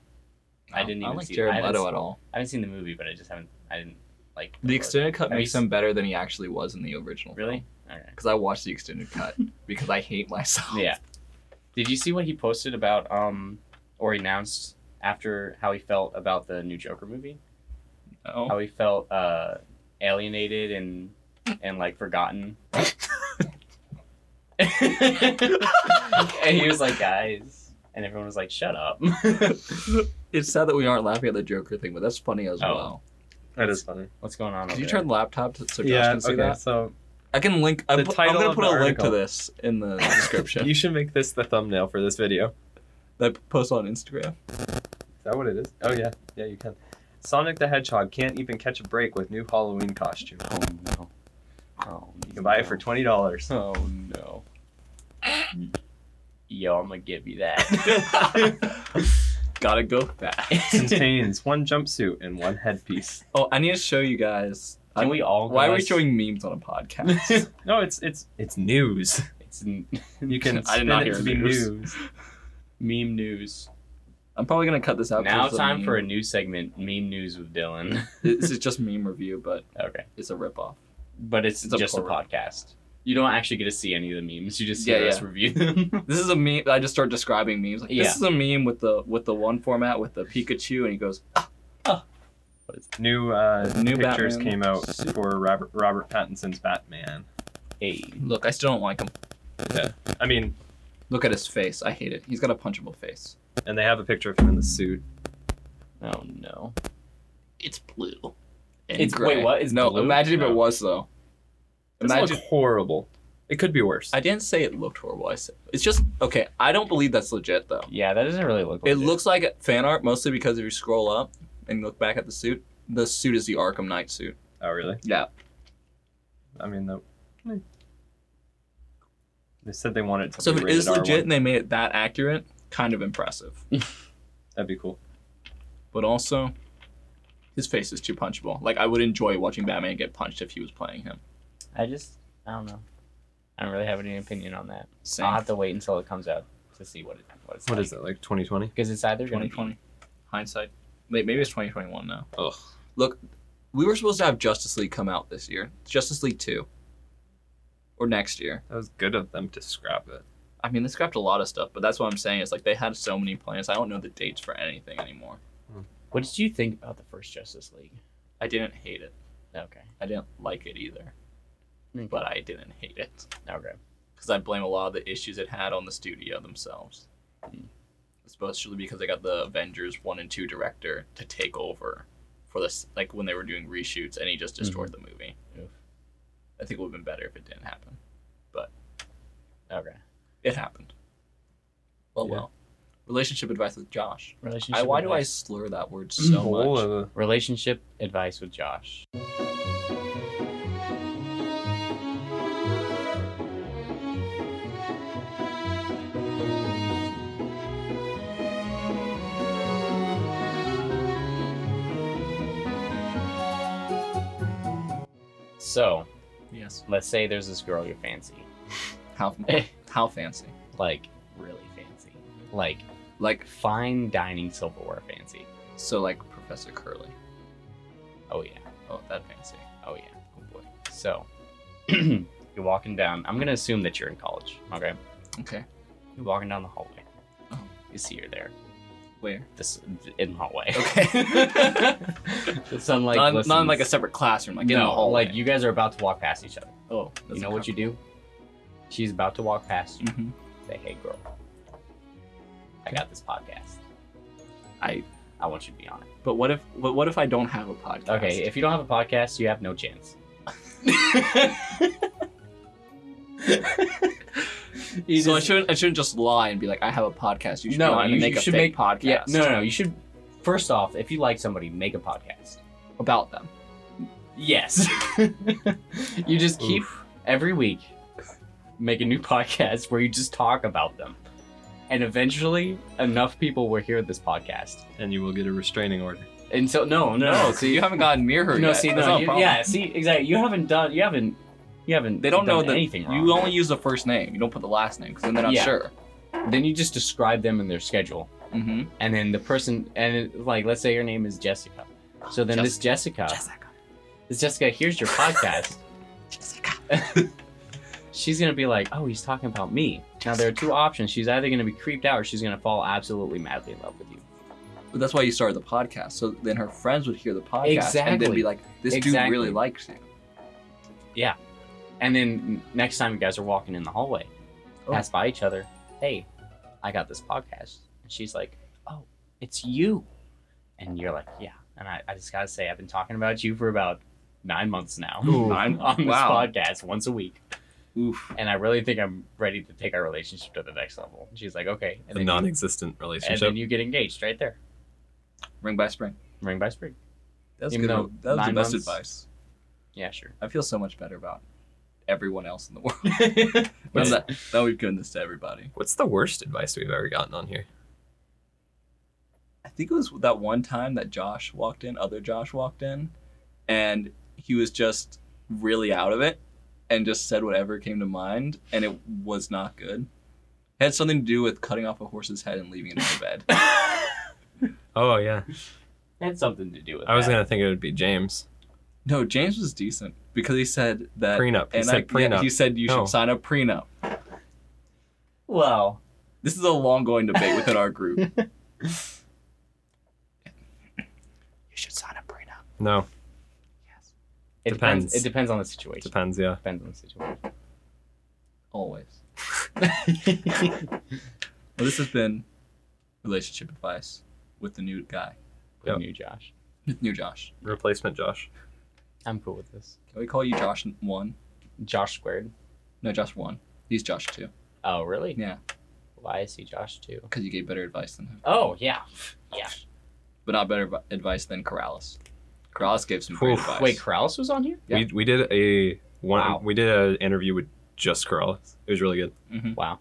[SPEAKER 2] I didn't
[SPEAKER 1] I
[SPEAKER 2] even
[SPEAKER 1] like
[SPEAKER 2] see- I
[SPEAKER 1] Jared
[SPEAKER 2] haven't
[SPEAKER 1] Leto
[SPEAKER 2] seen-
[SPEAKER 1] at all.
[SPEAKER 2] I haven't seen the movie, but I just haven't. I didn't like
[SPEAKER 1] The
[SPEAKER 2] look.
[SPEAKER 1] extended cut
[SPEAKER 2] Have you
[SPEAKER 1] makes him better than he actually was in the original.
[SPEAKER 2] Really? Okay.
[SPEAKER 1] Because I watched the extended cut because I hate myself.
[SPEAKER 2] Yeah. Did you see what he posted about um or announced after how he felt about the new Joker movie?
[SPEAKER 1] No.
[SPEAKER 2] How he felt uh alienated and and like forgotten. and he was like, guys, and everyone was like, shut up.
[SPEAKER 1] It's sad that we aren't laughing at the Joker thing, but that's funny as
[SPEAKER 2] Oh.
[SPEAKER 1] well.
[SPEAKER 3] That is funny.
[SPEAKER 2] What's going on?
[SPEAKER 1] Could
[SPEAKER 2] over
[SPEAKER 1] you
[SPEAKER 2] there?
[SPEAKER 1] turn the laptop to, so Josh
[SPEAKER 3] yeah.
[SPEAKER 1] can see
[SPEAKER 3] okay.
[SPEAKER 1] that?
[SPEAKER 3] So
[SPEAKER 1] I can link. I'm,
[SPEAKER 3] The
[SPEAKER 1] pu- I'm
[SPEAKER 3] title
[SPEAKER 1] gonna
[SPEAKER 3] of
[SPEAKER 1] put
[SPEAKER 3] the
[SPEAKER 1] a link to
[SPEAKER 3] article.
[SPEAKER 1] this in the description.
[SPEAKER 3] you should make this the thumbnail for this video.
[SPEAKER 1] that I post on Instagram.
[SPEAKER 3] Is that what it is? Oh yeah, yeah you can. Sonic the Hedgehog can't even catch a break with new Halloween costume.
[SPEAKER 2] Oh no. Oh,
[SPEAKER 3] You can buy it for twenty dollars.
[SPEAKER 2] Oh no. Yo, I'm gonna give you
[SPEAKER 1] Gotta go fast.
[SPEAKER 2] that.
[SPEAKER 3] Contains one jumpsuit and one headpiece.
[SPEAKER 1] Oh, I need to show you guys.
[SPEAKER 2] Can
[SPEAKER 1] I'm-
[SPEAKER 2] we all?
[SPEAKER 1] Why are we
[SPEAKER 2] guys-
[SPEAKER 1] showing memes on a podcast?
[SPEAKER 3] No, it's it's it's news.
[SPEAKER 2] It's n-
[SPEAKER 3] You can
[SPEAKER 1] I did
[SPEAKER 3] spin
[SPEAKER 1] not
[SPEAKER 3] it
[SPEAKER 1] hear
[SPEAKER 3] to be
[SPEAKER 1] news.
[SPEAKER 3] news.
[SPEAKER 2] meme news.
[SPEAKER 1] I'm probably gonna cut this out. 'cause
[SPEAKER 2] now
[SPEAKER 1] it's a
[SPEAKER 2] time
[SPEAKER 1] meme.
[SPEAKER 2] for a new segment, meme news with Dylan.
[SPEAKER 1] this is just meme review, but
[SPEAKER 2] okay,
[SPEAKER 1] it's a ripoff.
[SPEAKER 2] but it's,
[SPEAKER 1] It's a
[SPEAKER 2] just a
[SPEAKER 1] program.
[SPEAKER 2] podcast. You don't actually get to see any of the memes. You just hear
[SPEAKER 1] Yeah,
[SPEAKER 2] us
[SPEAKER 1] yeah.
[SPEAKER 2] review them.
[SPEAKER 1] This is a meme. I just start describing memes. Like,
[SPEAKER 2] Yeah.
[SPEAKER 1] This is a meme with the with the one format with the Pikachu, and he goes,
[SPEAKER 3] New uh,
[SPEAKER 1] New
[SPEAKER 3] pictures
[SPEAKER 1] Batman.
[SPEAKER 3] came out for Robert Robert Pattinson's Batman.
[SPEAKER 2] hey,
[SPEAKER 1] "Look, I still don't like him.
[SPEAKER 3] I mean,
[SPEAKER 1] Look at his face. I hate it. He's got a punchable face.
[SPEAKER 3] and they have a picture of him in the suit.
[SPEAKER 2] oh no,
[SPEAKER 1] It's blue.
[SPEAKER 2] It's- wait, what? It's
[SPEAKER 1] no.
[SPEAKER 2] blue?
[SPEAKER 1] Imagine if
[SPEAKER 3] No.
[SPEAKER 1] it was though.
[SPEAKER 3] This
[SPEAKER 1] Imagine.
[SPEAKER 3] looks horrible. It could be worse.
[SPEAKER 1] I didn't say it looked horrible. I said it's just okay. I don't believe that's legit though.
[SPEAKER 2] yeah, that doesn't really look.
[SPEAKER 1] It
[SPEAKER 2] legit.
[SPEAKER 1] looks like fan art mostly because if you scroll up and look back at the suit, the suit is the Arkham Knight suit.
[SPEAKER 3] oh really?
[SPEAKER 1] Yeah.
[SPEAKER 3] I mean, the, they said they wanted to.
[SPEAKER 1] So if
[SPEAKER 3] be
[SPEAKER 1] it is
[SPEAKER 3] rated R1.
[SPEAKER 1] legit and they made it that accurate, kind of impressive.
[SPEAKER 3] That'd be cool.
[SPEAKER 1] But also, his face is too punchable. Like I would enjoy watching Batman get punched if he was playing him.
[SPEAKER 2] I just, I don't know. I don't really have any opinion on that.
[SPEAKER 1] Same.
[SPEAKER 2] I'll have to wait until it comes out to see what it what it's
[SPEAKER 3] What
[SPEAKER 2] like.
[SPEAKER 3] is it like? Twenty twenty?
[SPEAKER 2] Because it's either going to be
[SPEAKER 1] 2020. Hindsight. Wait, maybe it's 2021 now.
[SPEAKER 3] Ugh.
[SPEAKER 1] We were supposed to have Justice League come out this year. Justice League 2. Or next year.
[SPEAKER 3] That was good of them to scrap it.
[SPEAKER 1] I mean, they scrapped a lot of stuff, but that's what I'm saying. Is like they had so many plans. I don't know the dates for anything anymore.
[SPEAKER 2] What did you think about the first Justice League?
[SPEAKER 1] I didn't hate it.
[SPEAKER 2] Okay.
[SPEAKER 1] I didn't like it either,
[SPEAKER 2] Mm.
[SPEAKER 1] but I didn't hate it
[SPEAKER 2] Okay.
[SPEAKER 1] because I blame a lot of the issues it had on the studio themselves.
[SPEAKER 2] Mm.
[SPEAKER 1] Especially because I got the Avengers one and two director to take over for this, like when they were doing reshoots, and he just destroyed the movie.
[SPEAKER 2] Mm-hmm. Oof.
[SPEAKER 1] I think it would have been better if it didn't happen.
[SPEAKER 2] Okay.
[SPEAKER 1] It happened. Well,
[SPEAKER 3] Yeah.
[SPEAKER 1] well. Relationship advice with Josh.
[SPEAKER 2] Relationship.
[SPEAKER 1] I, why do I
[SPEAKER 2] advice. Mm,
[SPEAKER 1] slur that word so much?
[SPEAKER 3] Oh, uh,
[SPEAKER 2] Relationship advice with Josh. So,
[SPEAKER 1] Yes.
[SPEAKER 2] let's say there's this girl you fancy.
[SPEAKER 1] How how fancy?
[SPEAKER 2] Like, really fancy. Like,
[SPEAKER 1] Like
[SPEAKER 2] fine dining silverware fancy.
[SPEAKER 1] so like Professor Curly.
[SPEAKER 2] Oh, yeah.
[SPEAKER 1] Oh, that fancy.
[SPEAKER 2] Oh yeah. Oh boy. So you're walking down. I'm gonna assume that you're in college. Okay.
[SPEAKER 1] Okay.
[SPEAKER 2] You're walking down the hallway.
[SPEAKER 1] Oh.
[SPEAKER 2] You see her there.
[SPEAKER 1] Where?
[SPEAKER 2] This in the hallway.
[SPEAKER 1] Okay.
[SPEAKER 2] the sunlight.
[SPEAKER 1] not, not in
[SPEAKER 2] glistens.
[SPEAKER 1] like a separate classroom, like in the
[SPEAKER 2] No,
[SPEAKER 1] hallway.
[SPEAKER 2] Like you guys are about to walk past each other.
[SPEAKER 1] oh,
[SPEAKER 2] you know what you do? She's about to walk past you.
[SPEAKER 1] hmm
[SPEAKER 2] Say, hey girl. I got this podcast.
[SPEAKER 1] I.
[SPEAKER 2] I want you to be on it.
[SPEAKER 1] But what if? But what if I don't have a podcast?
[SPEAKER 2] Okay, if you don't have a podcast, you have no chance. You
[SPEAKER 1] so I
[SPEAKER 2] just-
[SPEAKER 1] shouldn't. I shouldn't just lie and be like, I have a podcast. You should
[SPEAKER 2] No,
[SPEAKER 1] not
[SPEAKER 2] you-
[SPEAKER 1] make
[SPEAKER 2] you
[SPEAKER 1] a
[SPEAKER 2] should
[SPEAKER 1] fake
[SPEAKER 2] make-
[SPEAKER 1] podcast.
[SPEAKER 2] Yeah, no, no, no. You should first off, if you like somebody, make a podcast.
[SPEAKER 1] about them.
[SPEAKER 2] Yes. you just keep every week make a new podcast where you just talk about them. And eventually enough people will hear this podcast.
[SPEAKER 3] and you will get a restraining order.
[SPEAKER 2] And so no, no, no.
[SPEAKER 1] see, you haven't gotten near her
[SPEAKER 2] no,
[SPEAKER 1] yet.
[SPEAKER 2] see,
[SPEAKER 1] That's
[SPEAKER 2] no,
[SPEAKER 1] not a
[SPEAKER 2] you-
[SPEAKER 1] problem.
[SPEAKER 2] yeah, see, exactly. You haven't done you haven't you haven't
[SPEAKER 1] They don't know
[SPEAKER 2] done
[SPEAKER 1] that
[SPEAKER 2] anything wrong.
[SPEAKER 1] you only use the first name. You don't put the last name because then they're not
[SPEAKER 2] Yeah.
[SPEAKER 1] sure.
[SPEAKER 2] then you just describe them in their schedule.
[SPEAKER 1] Mm-hmm.
[SPEAKER 2] and then the person and it, like let's say your name is Jessica. So then this Jessica,
[SPEAKER 1] Jessica.
[SPEAKER 2] this Jessica, here's your podcast.
[SPEAKER 1] Jessica.
[SPEAKER 2] she's gonna be like, oh, he's talking about me. Now there are two options. She's either gonna be creeped out or she's gonna fall absolutely madly in love with you.
[SPEAKER 1] But that's why you started the podcast. So then her friends would hear the podcast and they'd
[SPEAKER 2] Exactly.
[SPEAKER 1] be like, "This dude
[SPEAKER 2] Exactly.
[SPEAKER 1] really likes you."
[SPEAKER 2] And then n- next time you guys are walking in the hallway,
[SPEAKER 1] Oh.
[SPEAKER 2] pass by each other, hey, I got this podcast, and she's like, oh, it's you, and you're like, yeah. And I, I just gotta say, I've been talking about you for about nine months now.
[SPEAKER 3] Ooh.
[SPEAKER 2] I'm on this
[SPEAKER 1] Wow.
[SPEAKER 2] podcast once a week.
[SPEAKER 1] Oof.
[SPEAKER 2] and I really think I'm ready to take our relationship to the next level. And she's like, okay. And
[SPEAKER 3] A
[SPEAKER 2] then,
[SPEAKER 3] non
[SPEAKER 2] you,
[SPEAKER 3] existent
[SPEAKER 2] and
[SPEAKER 3] relationship.
[SPEAKER 2] then you get engaged right there,
[SPEAKER 1] Ring by spring.
[SPEAKER 2] ring by spring.
[SPEAKER 1] That's
[SPEAKER 2] Even
[SPEAKER 1] good. That was the
[SPEAKER 2] though nine
[SPEAKER 1] best
[SPEAKER 2] months-
[SPEAKER 1] advice.
[SPEAKER 2] Yeah, sure.
[SPEAKER 1] I feel so much better about everyone else in the world.
[SPEAKER 2] What's-
[SPEAKER 1] Now that, now we've given this to everybody.
[SPEAKER 3] What's the worst advice we've ever gotten on here?
[SPEAKER 1] I think it was that one time that Josh walked in, other Josh walked in, and he was just really out of it and just said whatever came to mind, and it was not good. It had something to do with cutting off a horse's head and leaving it in the bed.
[SPEAKER 3] Oh, yeah.
[SPEAKER 2] had something to do with.
[SPEAKER 3] I was
[SPEAKER 2] that.
[SPEAKER 3] going to think it would be James.
[SPEAKER 1] No, James was decent because he said that.
[SPEAKER 3] Prenup. He
[SPEAKER 1] Uh, and
[SPEAKER 3] said
[SPEAKER 1] I,
[SPEAKER 3] prenup.
[SPEAKER 1] Yeah, he said you
[SPEAKER 3] No.
[SPEAKER 1] should sign a prenup.
[SPEAKER 2] Well,
[SPEAKER 1] This is a long going debate within our group. you should sign a prenup.
[SPEAKER 3] No,
[SPEAKER 1] Yes.
[SPEAKER 2] it depends.
[SPEAKER 3] Depends.
[SPEAKER 2] It depends on the situation.
[SPEAKER 3] depends, yeah.
[SPEAKER 2] Depends on the situation.
[SPEAKER 1] Always. Well, this has been relationship advice with the new guy,
[SPEAKER 2] With
[SPEAKER 3] Yep.
[SPEAKER 2] new Josh.
[SPEAKER 1] with new Josh.
[SPEAKER 3] Replacement Josh.
[SPEAKER 2] I'm cool with this.
[SPEAKER 1] Can we call you Josh one?
[SPEAKER 2] Josh squared.
[SPEAKER 1] No, Josh one. He's Josh two
[SPEAKER 2] Oh, really?
[SPEAKER 1] Yeah.
[SPEAKER 2] Why is he Josh too?
[SPEAKER 1] because you gave better advice than him,
[SPEAKER 2] Oh, yeah. Yeah.
[SPEAKER 1] but not better advi- advice than Corrales. Corrales gave some great
[SPEAKER 3] Oof.
[SPEAKER 1] advice.
[SPEAKER 2] Wait, Kraus was on here.
[SPEAKER 1] Yeah.
[SPEAKER 3] We, we did a one.
[SPEAKER 2] Wow.
[SPEAKER 3] We did an interview with just Corrales. It was really good.
[SPEAKER 2] Wow.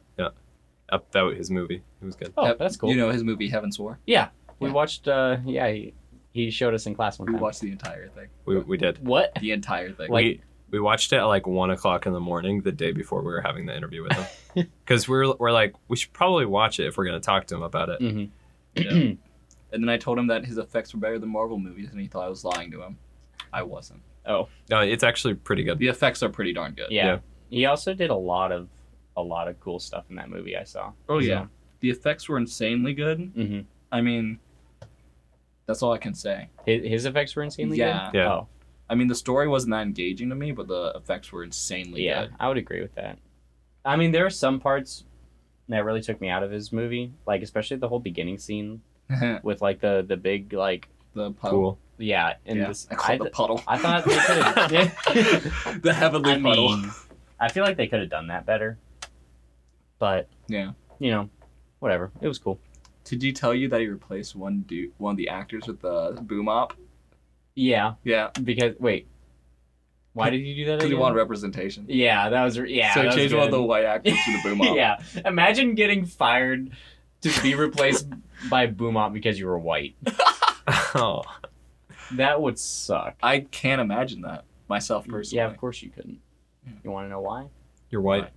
[SPEAKER 3] About his movie. It was good.
[SPEAKER 2] Oh,
[SPEAKER 1] Yep.
[SPEAKER 2] that's cool.
[SPEAKER 1] You know his movie Heaven's War.
[SPEAKER 2] we
[SPEAKER 1] yeah.
[SPEAKER 2] watched. uh Yeah, he, he showed us in class one
[SPEAKER 1] We
[SPEAKER 2] time.
[SPEAKER 1] watched the entire thing.
[SPEAKER 3] We, we did.
[SPEAKER 2] What?
[SPEAKER 1] The entire thing.
[SPEAKER 2] Like-
[SPEAKER 3] we we watched it at like one o'clock in the morning the day before we were having the interview with him because we're we're like we should probably watch it if we're gonna talk to him about it.
[SPEAKER 2] Mm-hmm.
[SPEAKER 1] Yeah. and then I told him that his effects were better than Marvel movies, and he thought I was lying to him. I wasn't.
[SPEAKER 3] No, it's actually pretty good.
[SPEAKER 1] The effects are pretty darn good.
[SPEAKER 2] yeah.
[SPEAKER 3] Yeah.
[SPEAKER 2] He also did a lot of a lot of cool stuff in that movie I saw.
[SPEAKER 1] Oh yeah. The effects were insanely good.
[SPEAKER 2] Mm-hmm.
[SPEAKER 1] I mean, that's all I can say.
[SPEAKER 2] His, his effects were insanely
[SPEAKER 1] Yeah.
[SPEAKER 2] good.
[SPEAKER 3] Yeah.
[SPEAKER 2] Oh,
[SPEAKER 1] I mean, the story wasn't that engaging to me, but the effects were insanely
[SPEAKER 2] yeah.
[SPEAKER 1] good.
[SPEAKER 2] I would agree with that. I mean, there are some parts that really took me out of his movie, like especially the whole beginning scene with like the the big like
[SPEAKER 1] the
[SPEAKER 2] Oh.
[SPEAKER 1] puddle.
[SPEAKER 3] Cool.
[SPEAKER 2] yeah and
[SPEAKER 1] Yeah,
[SPEAKER 2] this
[SPEAKER 1] I
[SPEAKER 2] I,
[SPEAKER 1] called the puddle.
[SPEAKER 2] I thought they could have
[SPEAKER 1] the heavenly
[SPEAKER 2] I
[SPEAKER 1] puddle.
[SPEAKER 2] mean, I feel like they could have done that better, but
[SPEAKER 1] Yeah.
[SPEAKER 2] you know, whatever. It was cool.
[SPEAKER 1] Did he tell you that he replaced one dude, one of the actors with the boom op?
[SPEAKER 2] Yeah,
[SPEAKER 1] Yeah,
[SPEAKER 2] because wait, why did you do that?
[SPEAKER 1] because he
[SPEAKER 2] again?
[SPEAKER 1] wanted representation.
[SPEAKER 2] Yeah, that was re- yeah.
[SPEAKER 1] so
[SPEAKER 2] that
[SPEAKER 1] he
[SPEAKER 2] was
[SPEAKER 1] changed one of the
[SPEAKER 2] good.
[SPEAKER 1] white actors to the boom op.
[SPEAKER 2] yeah, imagine getting fired to be replaced by Boomop because you were white.
[SPEAKER 3] oh,
[SPEAKER 2] That would suck.
[SPEAKER 1] I can't imagine that myself personally.
[SPEAKER 2] Yeah, of course you couldn't. You want to know why?
[SPEAKER 3] you're white.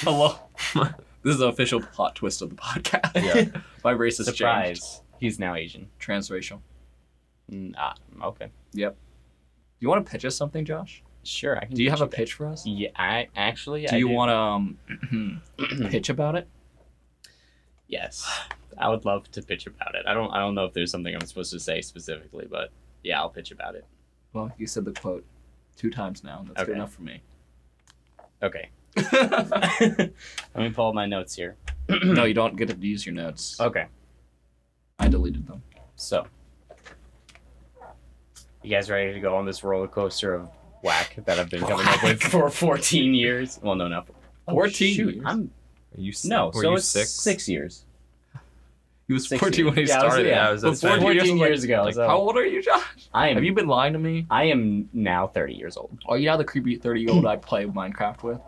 [SPEAKER 1] Hello. this is the official plot twist of the podcast.
[SPEAKER 3] Yeah.
[SPEAKER 1] My race has changed.
[SPEAKER 2] Surprise. He's now Asian.
[SPEAKER 1] Transracial.
[SPEAKER 2] Mm, ah, okay.
[SPEAKER 1] Do you want to pitch us something, Josh?
[SPEAKER 2] Sure. I can
[SPEAKER 1] Do you
[SPEAKER 2] get
[SPEAKER 1] have a pitch for us?
[SPEAKER 2] that. Yeah, I actually.
[SPEAKER 1] do
[SPEAKER 2] I
[SPEAKER 1] you want to um, pitch about it?
[SPEAKER 2] Yes, I would love to pitch about it. I don't. I don't know if there's something I'm supposed to say specifically, but yeah, I'll pitch about it.
[SPEAKER 1] Well, you said the quote two times now. and That's
[SPEAKER 2] Okay.
[SPEAKER 1] good enough for me.
[SPEAKER 2] Okay. Let me pull up my notes here.
[SPEAKER 1] no, you don't get to use your notes.
[SPEAKER 2] Okay.
[SPEAKER 1] I deleted them.
[SPEAKER 2] So, you guys ready to go on this roller coaster of whack that I've been coming up with for 14 years? Well, no, not
[SPEAKER 1] Oh,
[SPEAKER 2] 14
[SPEAKER 1] shoot.
[SPEAKER 2] years. I'm,
[SPEAKER 3] Are you s-
[SPEAKER 2] no,
[SPEAKER 3] Were
[SPEAKER 2] so
[SPEAKER 3] you
[SPEAKER 2] it's
[SPEAKER 3] six?
[SPEAKER 2] six? years.
[SPEAKER 1] He was
[SPEAKER 2] Six
[SPEAKER 1] 14 when he
[SPEAKER 2] years. Yeah, I was-
[SPEAKER 1] started.
[SPEAKER 2] yeah,
[SPEAKER 3] I was
[SPEAKER 1] But
[SPEAKER 3] the same.
[SPEAKER 1] 14 years,
[SPEAKER 2] 14
[SPEAKER 1] I'm like,
[SPEAKER 2] years ago.
[SPEAKER 3] like,
[SPEAKER 2] so
[SPEAKER 1] How old are you, Josh?
[SPEAKER 2] I am.
[SPEAKER 1] Have you been lying to me?
[SPEAKER 2] I am now 30 years old.
[SPEAKER 1] Are you now the creepy 30 year old I play Minecraft with?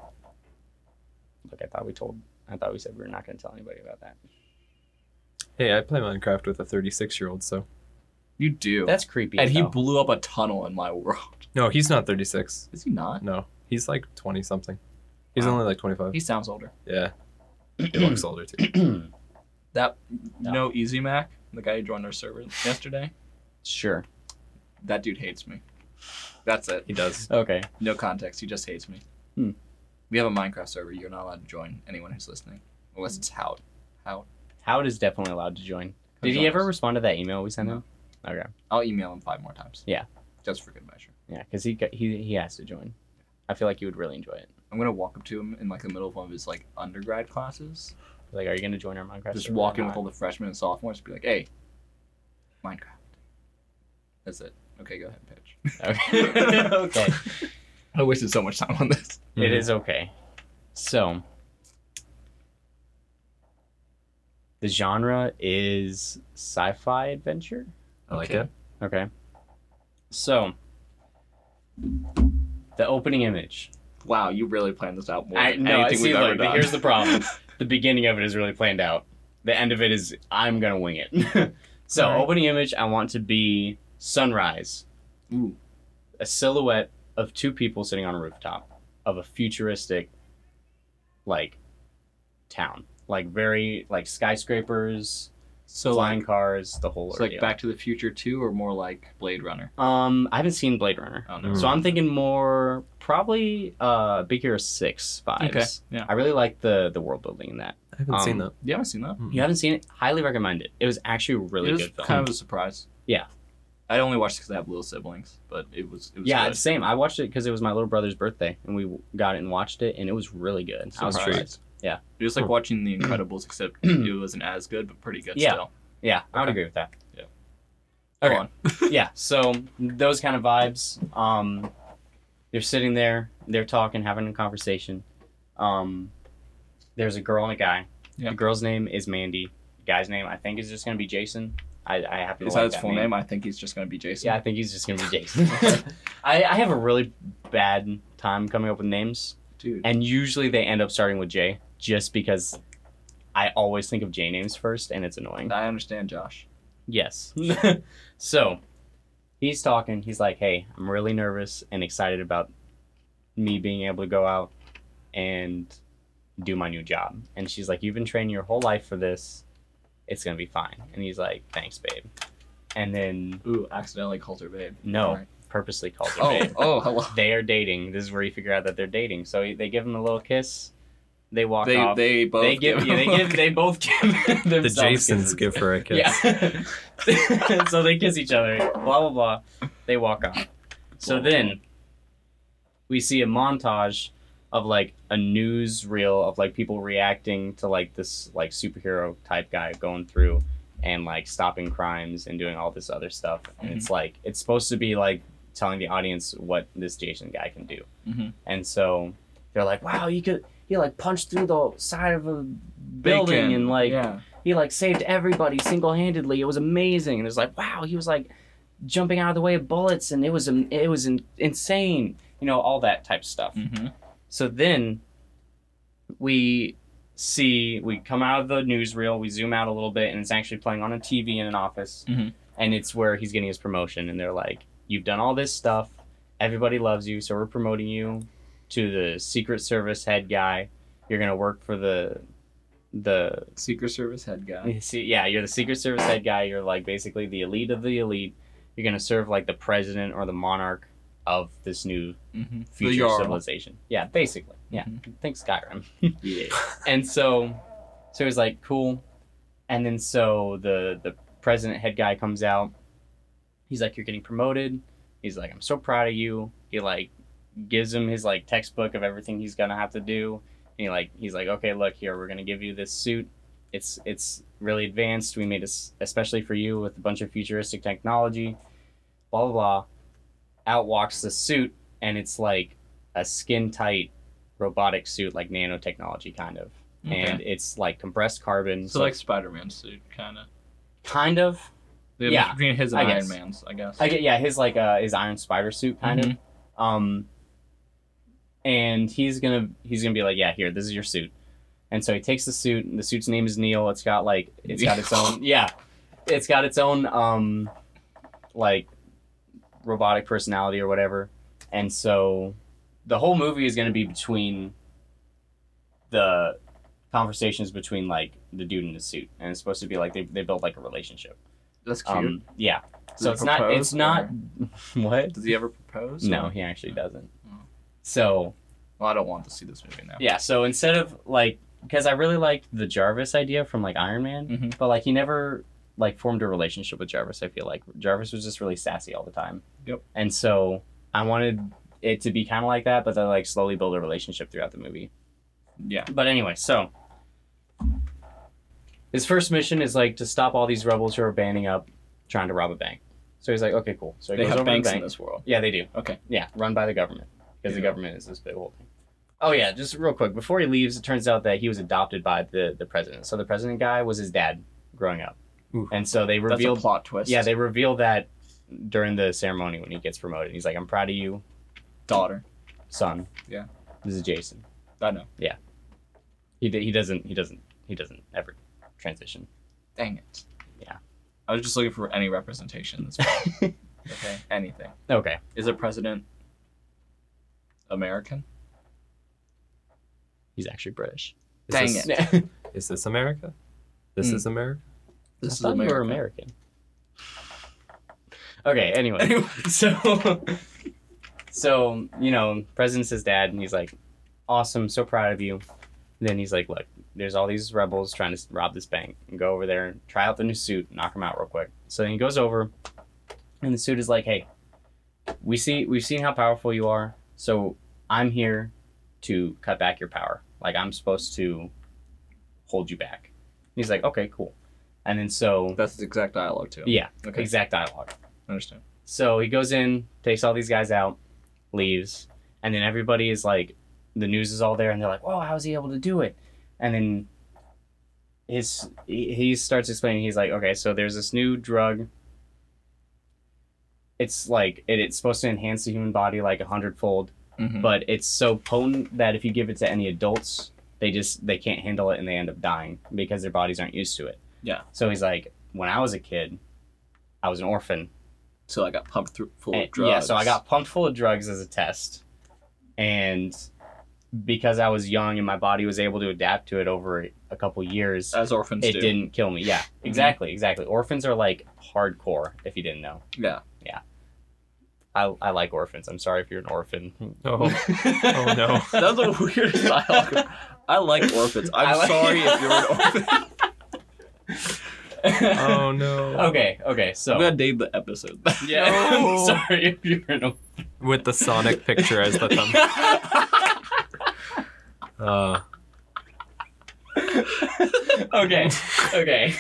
[SPEAKER 2] Like I thought we told. I thought we said we were not going to tell anybody about that.
[SPEAKER 3] Hey, I play Minecraft with a 36 year old. So
[SPEAKER 1] You do.
[SPEAKER 2] That's creepy.
[SPEAKER 1] and he
[SPEAKER 2] though.
[SPEAKER 1] blew up a tunnel in my world.
[SPEAKER 3] no, he's not 36.
[SPEAKER 1] Is he not?
[SPEAKER 3] No, he's like 20 something. He's
[SPEAKER 1] Wow.
[SPEAKER 3] only like 25.
[SPEAKER 1] He sounds older.
[SPEAKER 3] Yeah, he looks older too.
[SPEAKER 1] That
[SPEAKER 2] No.
[SPEAKER 1] no Easy Mac, the guy who joined our server yesterday.
[SPEAKER 2] sure.
[SPEAKER 1] That dude hates me. That's it.
[SPEAKER 3] He does.
[SPEAKER 2] Okay.
[SPEAKER 1] No context. He just hates me.
[SPEAKER 2] Hmm.
[SPEAKER 1] We have a Minecraft server. You're not allowed to join anyone who's listening, unless it's Hout. Hout.
[SPEAKER 2] Howard is definitely allowed to join. Did
[SPEAKER 1] Join
[SPEAKER 2] he ever
[SPEAKER 1] us.
[SPEAKER 2] respond to that email we sent him? Okay.
[SPEAKER 1] I'll email him five more times.
[SPEAKER 2] Yeah.
[SPEAKER 1] Just for good measure.
[SPEAKER 2] Yeah, because he got- he he has to join. I feel like you would really enjoy it.
[SPEAKER 1] I'm gonna walk up to him in like the middle of one of his like undergrad classes,
[SPEAKER 2] Like, are you gonna join our Minecraft?
[SPEAKER 1] just
[SPEAKER 2] server or
[SPEAKER 1] walk in with
[SPEAKER 2] not?
[SPEAKER 1] all the freshmen and sophomores, be like, "Hey, Minecraft." That's it. Okay, go ahead, pitch.
[SPEAKER 2] Okay. okay.
[SPEAKER 1] I wasted so much time on this.
[SPEAKER 3] Mm-hmm.
[SPEAKER 2] It is okay. So, the genre is sci-fi adventure.
[SPEAKER 3] I like
[SPEAKER 1] Okay.
[SPEAKER 3] it.
[SPEAKER 2] Okay. So, the opening image.
[SPEAKER 1] Wow, you really planned this out more
[SPEAKER 2] I
[SPEAKER 1] than
[SPEAKER 2] no,
[SPEAKER 1] anything
[SPEAKER 2] see,
[SPEAKER 1] we've ever
[SPEAKER 2] look,
[SPEAKER 1] done.
[SPEAKER 2] here's the problem. the beginning of it is really planned out. The end of it is I'm gonna wing it. so,
[SPEAKER 1] Alright.
[SPEAKER 2] opening image. I want to be sunrise.
[SPEAKER 1] Ooh,
[SPEAKER 2] a silhouette of two people sitting on a rooftop of a futuristic like town like very like skyscrapers
[SPEAKER 1] so
[SPEAKER 2] flying
[SPEAKER 1] like,
[SPEAKER 2] cars the whole
[SPEAKER 1] so like
[SPEAKER 2] ordeal.
[SPEAKER 1] Back to the Future two, or more like Blade Runner.
[SPEAKER 2] um i haven't seen blade runner
[SPEAKER 1] Oh no.
[SPEAKER 3] Mm.
[SPEAKER 2] so i'm thinking more probably uh big hero 6 vibes
[SPEAKER 1] Okay. Yeah.
[SPEAKER 2] i really like the the world building in that
[SPEAKER 3] I haven't
[SPEAKER 2] Um,
[SPEAKER 3] seen that.
[SPEAKER 1] You haven't seen that?
[SPEAKER 2] you haven't seen it highly recommend it it was actually a really
[SPEAKER 1] it was
[SPEAKER 2] good film
[SPEAKER 1] kind of a surprise.
[SPEAKER 2] Yeah.
[SPEAKER 1] I only watched because I have little siblings, but it was it was
[SPEAKER 2] yeah
[SPEAKER 1] good.
[SPEAKER 2] it's same i watched it because it was my little brother's birthday and we got it and watched it and it was really good i was
[SPEAKER 1] Surprised.
[SPEAKER 2] surprised Yeah.
[SPEAKER 1] It was like watching The Incredibles, except it wasn't as good, but pretty good
[SPEAKER 2] Yeah.
[SPEAKER 1] still.
[SPEAKER 2] Yeah, I would
[SPEAKER 1] Okay.
[SPEAKER 2] agree with that.
[SPEAKER 1] Yeah.
[SPEAKER 2] Okay.
[SPEAKER 1] Go on.
[SPEAKER 2] yeah. So those kind of vibes. Um, they're sitting there. They're talking, having a conversation. Um, there's a girl and a guy.
[SPEAKER 1] Yeah.
[SPEAKER 2] The girl's name is Mandy. The guy's name I think is just gonna be Jason. I, I happen to
[SPEAKER 1] Is
[SPEAKER 2] like
[SPEAKER 1] that his
[SPEAKER 2] that
[SPEAKER 1] full
[SPEAKER 2] name.
[SPEAKER 1] name? I think he's just gonna be Jason.
[SPEAKER 2] Yeah, I think he's just gonna be Jason. I, I have a really bad time coming up with names,
[SPEAKER 1] dude.
[SPEAKER 2] and usually they end up starting with J, just because I always think of J names first, and it's annoying.
[SPEAKER 1] I understand, Josh.
[SPEAKER 2] Yes. so he's talking. He's like, hey, I'm really nervous and excited about me being able to go out and do my new job. And she's like, you've been training your whole life for this. It's going to be fine. And he's like, thanks, babe. And then
[SPEAKER 1] Ooh, accidentally called her babe.
[SPEAKER 2] No.
[SPEAKER 1] Alright.
[SPEAKER 2] purposely calls her
[SPEAKER 1] Oh,
[SPEAKER 2] babe.
[SPEAKER 1] oh, hello.
[SPEAKER 2] They are dating. This is where you figure out that they're dating. So he- they give him a little kiss. They walk
[SPEAKER 1] They
[SPEAKER 2] off.
[SPEAKER 1] they both
[SPEAKER 2] they give. Yeah, they give. They both give.
[SPEAKER 3] The
[SPEAKER 2] themselves
[SPEAKER 3] Jasons
[SPEAKER 2] kisses.
[SPEAKER 3] give her a kiss.
[SPEAKER 2] Yeah. so they kiss each other, blah blah blah. They walk off. So then we see a montage of like a news reel of like people reacting to like this like superhero type guy going through and like stopping crimes and doing all this other stuff. And it's like it's supposed to be like telling the audience what this Jason guy can do.
[SPEAKER 1] Mhm.
[SPEAKER 2] And so they're like, Wow, you could he like punched through the side of a building and like
[SPEAKER 1] yeah.
[SPEAKER 2] he He like saved everybody single handedly. It was amazing. And it was like, wow, he was like jumping out of the way of bullets, and it was um, it was in- insane. You know, all that type of stuff.
[SPEAKER 1] Mm-hmm.
[SPEAKER 2] So then we see we come out of the newsreel, we zoom out a little bit, and it's actually playing on a TV in an office,
[SPEAKER 1] Mhm.
[SPEAKER 2] and it's where he's getting his promotion, and they're like, "You've done all this stuff, everybody loves you, so we're promoting you to the Secret Service head guy. You're gonna work for the the
[SPEAKER 1] Secret Service head guy.
[SPEAKER 2] See, yeah, you're the Secret Service head guy. You're like basically the elite of the elite. You're gonna serve like the president or the monarch of this new
[SPEAKER 1] Mm-hmm.
[SPEAKER 2] future civilization. Yeah, basically. Yeah, think Skyrim.
[SPEAKER 1] Yeah.
[SPEAKER 2] And so, so it was like cool, and then so the the president head guy comes out. He's like, "You're getting promoted." He's like, "I'm so proud of you." He like gives him his like textbook of everything he's gonna have to do. And he like he's like, "Okay, look here, we're gonna give you this suit. It's it's really advanced. We made it s- especially for you with a bunch of futuristic technology." Blah blah blah. Out walks the suit, and it's like a skin tight robotic suit, like nanotechnology kind of.
[SPEAKER 1] Okay.
[SPEAKER 2] And it's like compressed carbon.
[SPEAKER 1] so like Spider-Man suit, kind of.
[SPEAKER 2] kind of
[SPEAKER 1] The
[SPEAKER 2] Yeah,
[SPEAKER 1] difference between his and
[SPEAKER 2] I
[SPEAKER 1] Iron
[SPEAKER 2] guess.
[SPEAKER 1] Man's, I guess.
[SPEAKER 2] I get yeah, his like uh his Iron Spider suit kind
[SPEAKER 1] Mhm.
[SPEAKER 2] of. Um and he's gonna he's gonna be like, Yeah, here, this is your suit. And so he takes the suit and the suit's name is Neil. It's got like it's got its own yeah. It's got its own um like robotic personality or whatever. And so the whole movie is gonna be between the conversations between like the dude in the suit. And it's supposed to be like they they built like a relationship.
[SPEAKER 1] That's cute.
[SPEAKER 2] Um, yeah.
[SPEAKER 1] Does
[SPEAKER 2] So
[SPEAKER 1] he
[SPEAKER 2] it's not.
[SPEAKER 1] propose,
[SPEAKER 2] It's not. What?
[SPEAKER 1] Does he ever propose?
[SPEAKER 2] No,
[SPEAKER 1] or-
[SPEAKER 2] he actually doesn't.
[SPEAKER 1] Oh.
[SPEAKER 2] So
[SPEAKER 1] Well, I don't want to see this movie now.
[SPEAKER 2] yeah. So instead of like, because I really liked the Jarvis idea from like Iron Man,
[SPEAKER 1] Mhm.
[SPEAKER 2] but like he never like formed a relationship with Jarvis. I feel like Jarvis was just really sassy all the time.
[SPEAKER 1] Yep.
[SPEAKER 2] And so I wanted it to be kind of like that, but then like slowly build a relationship throughout the movie.
[SPEAKER 1] Yeah.
[SPEAKER 2] But anyway, so his first mission is like to stop all these rebels who are banding up, trying to rob a bank. So he's like, okay, cool. So he
[SPEAKER 1] They
[SPEAKER 2] goes
[SPEAKER 1] have
[SPEAKER 2] over to the
[SPEAKER 1] banks
[SPEAKER 2] bank.
[SPEAKER 1] in this world.
[SPEAKER 2] Yeah, they do.
[SPEAKER 1] Okay.
[SPEAKER 2] Yeah, run by the government because the
[SPEAKER 1] Yeah.
[SPEAKER 2] government is this big whole thing. Oh yeah, just real quick before he leaves, it turns out that he was adopted by the the president. So the president guy was his dad growing up,
[SPEAKER 3] Oof.
[SPEAKER 2] and so they
[SPEAKER 1] That's
[SPEAKER 2] revealed.
[SPEAKER 1] a plot twist.
[SPEAKER 2] Yeah, they reveal that during the ceremony when he gets promoted. He's like, "I'm proud of you,
[SPEAKER 1] daughter.
[SPEAKER 2] son."
[SPEAKER 1] Yeah.
[SPEAKER 2] this is Jason.
[SPEAKER 1] I know.
[SPEAKER 2] He d- he doesn't he doesn't he doesn't ever transition.
[SPEAKER 1] Dang it.
[SPEAKER 2] Yeah.
[SPEAKER 1] I was just looking for any representation in this film. okay. Anything.
[SPEAKER 2] Okay,
[SPEAKER 1] Is a president American?
[SPEAKER 2] he's actually British.
[SPEAKER 3] Is
[SPEAKER 1] Dang
[SPEAKER 3] this,
[SPEAKER 1] it.
[SPEAKER 3] Is this America? This
[SPEAKER 1] Mm.
[SPEAKER 3] is America.
[SPEAKER 1] This
[SPEAKER 2] I
[SPEAKER 1] is
[SPEAKER 2] thought you
[SPEAKER 1] American.
[SPEAKER 2] were American. Okay, anyway.
[SPEAKER 1] Anyway,
[SPEAKER 2] so so you know president's his dad and he's like awesome so proud of you And then he's like look there's all these rebels trying to rob this bank and go over there and try out the new suit knock them out real quick so then he goes over and the suit is like hey we see we've seen how powerful you are so i'm here to cut back your power like i'm supposed to hold you back And he's like okay cool and then so
[SPEAKER 1] that's the exact dialogue too.
[SPEAKER 2] yeah
[SPEAKER 1] Okay.
[SPEAKER 2] exact dialogue
[SPEAKER 1] I understand.
[SPEAKER 2] so he goes in, takes all these guys out, leaves, and then everybody is like, the news is all there, and they're like, "Whoa, how was he able to do it?" And then his he, he starts explaining. He's like, "Okay, so there's this new drug. It's like it, it's supposed to enhance the human body like a hundredfold,
[SPEAKER 1] Mhm.
[SPEAKER 2] but it's so potent that if you give it to any adults, they just they can't handle it and they end up dying because their bodies aren't used to it."
[SPEAKER 1] Yeah.
[SPEAKER 2] So he's like, "When I was a kid, I was an orphan."
[SPEAKER 1] so I got pumped through full
[SPEAKER 2] And-
[SPEAKER 1] of drugs.
[SPEAKER 2] Eh, Yeah, so I got pumped full of drugs as a test. And because I was young and my body was able to adapt to it over a couple years,
[SPEAKER 1] as orphans
[SPEAKER 2] it
[SPEAKER 1] do.
[SPEAKER 2] didn't kill me. Yeah, exactly, exactly. Orphans are like hardcore, if you didn't know.
[SPEAKER 1] Yeah.
[SPEAKER 2] I, I like orphans. I'm sorry if you're an orphan.
[SPEAKER 3] Oh, oh no.
[SPEAKER 1] That's a weird dialogue. I like orphans. I'm
[SPEAKER 2] I like-
[SPEAKER 1] sorry if you're an orphan.
[SPEAKER 2] Um,
[SPEAKER 3] Oh no.
[SPEAKER 2] okay, okay,
[SPEAKER 1] I'm
[SPEAKER 2] so.
[SPEAKER 1] gonna name the episode.
[SPEAKER 2] Yeah,
[SPEAKER 3] No.
[SPEAKER 2] I'm sorry if you're an orphan.
[SPEAKER 3] With the Sonic picture as the thumb. Uh,
[SPEAKER 2] okay, okay.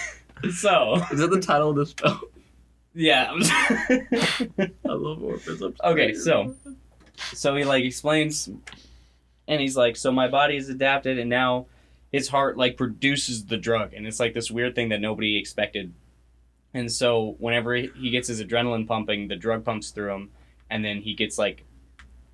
[SPEAKER 2] So,
[SPEAKER 1] Is that the title of this film?
[SPEAKER 2] yeah. I'm-
[SPEAKER 1] I love orphans. I'm
[SPEAKER 2] Okay,
[SPEAKER 1] sorry.
[SPEAKER 2] so so he like explains and he's like, so my body is adapted and now his heart like produces the drug, and it's like this weird thing that nobody expected. And so whenever he gets his adrenaline pumping, the drug pumps through him, and then he gets like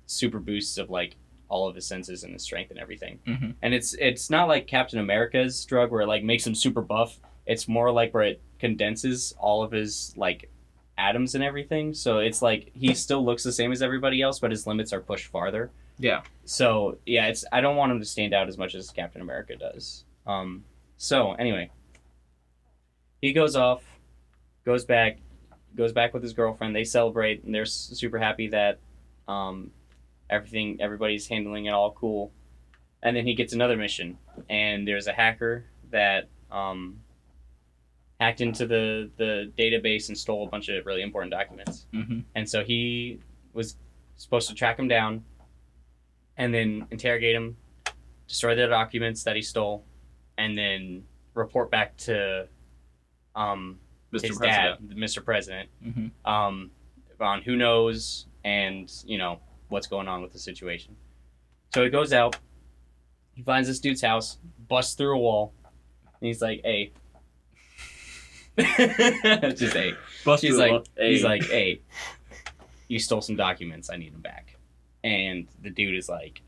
[SPEAKER 2] super boosts of like all of his senses and his strength and everything.
[SPEAKER 1] Mhm.
[SPEAKER 2] And it's it's not like Captain America's drug where it like makes him super buff. It's more like where it condenses all of his like atoms and everything. So it's like he still looks the same as everybody else, but his limits are pushed farther.
[SPEAKER 1] Yeah.
[SPEAKER 2] So yeah, it's I don't want him to stand out as much as Captain America does. Um, so anyway, he goes off, goes back, goes back with his girlfriend. They celebrate and they're s- super happy that um, everything everybody's handling it all cool. And then he gets another mission, and there's a hacker that um, hacked into the the database and stole a bunch of really important documents
[SPEAKER 1] hmm
[SPEAKER 2] and so he was supposed to track him down and then interrogate him destroy the documents that he stole and then report back to um,
[SPEAKER 1] Mr.
[SPEAKER 2] his
[SPEAKER 1] President.
[SPEAKER 2] dad mr president
[SPEAKER 1] hmm
[SPEAKER 2] um, on who knows and you know what's going on with the situation so he goes out he finds this dude's house busts through a wall and he's like hey just hey He's like, he's like, hey, you stole some documents. I need them back. And the dude is like,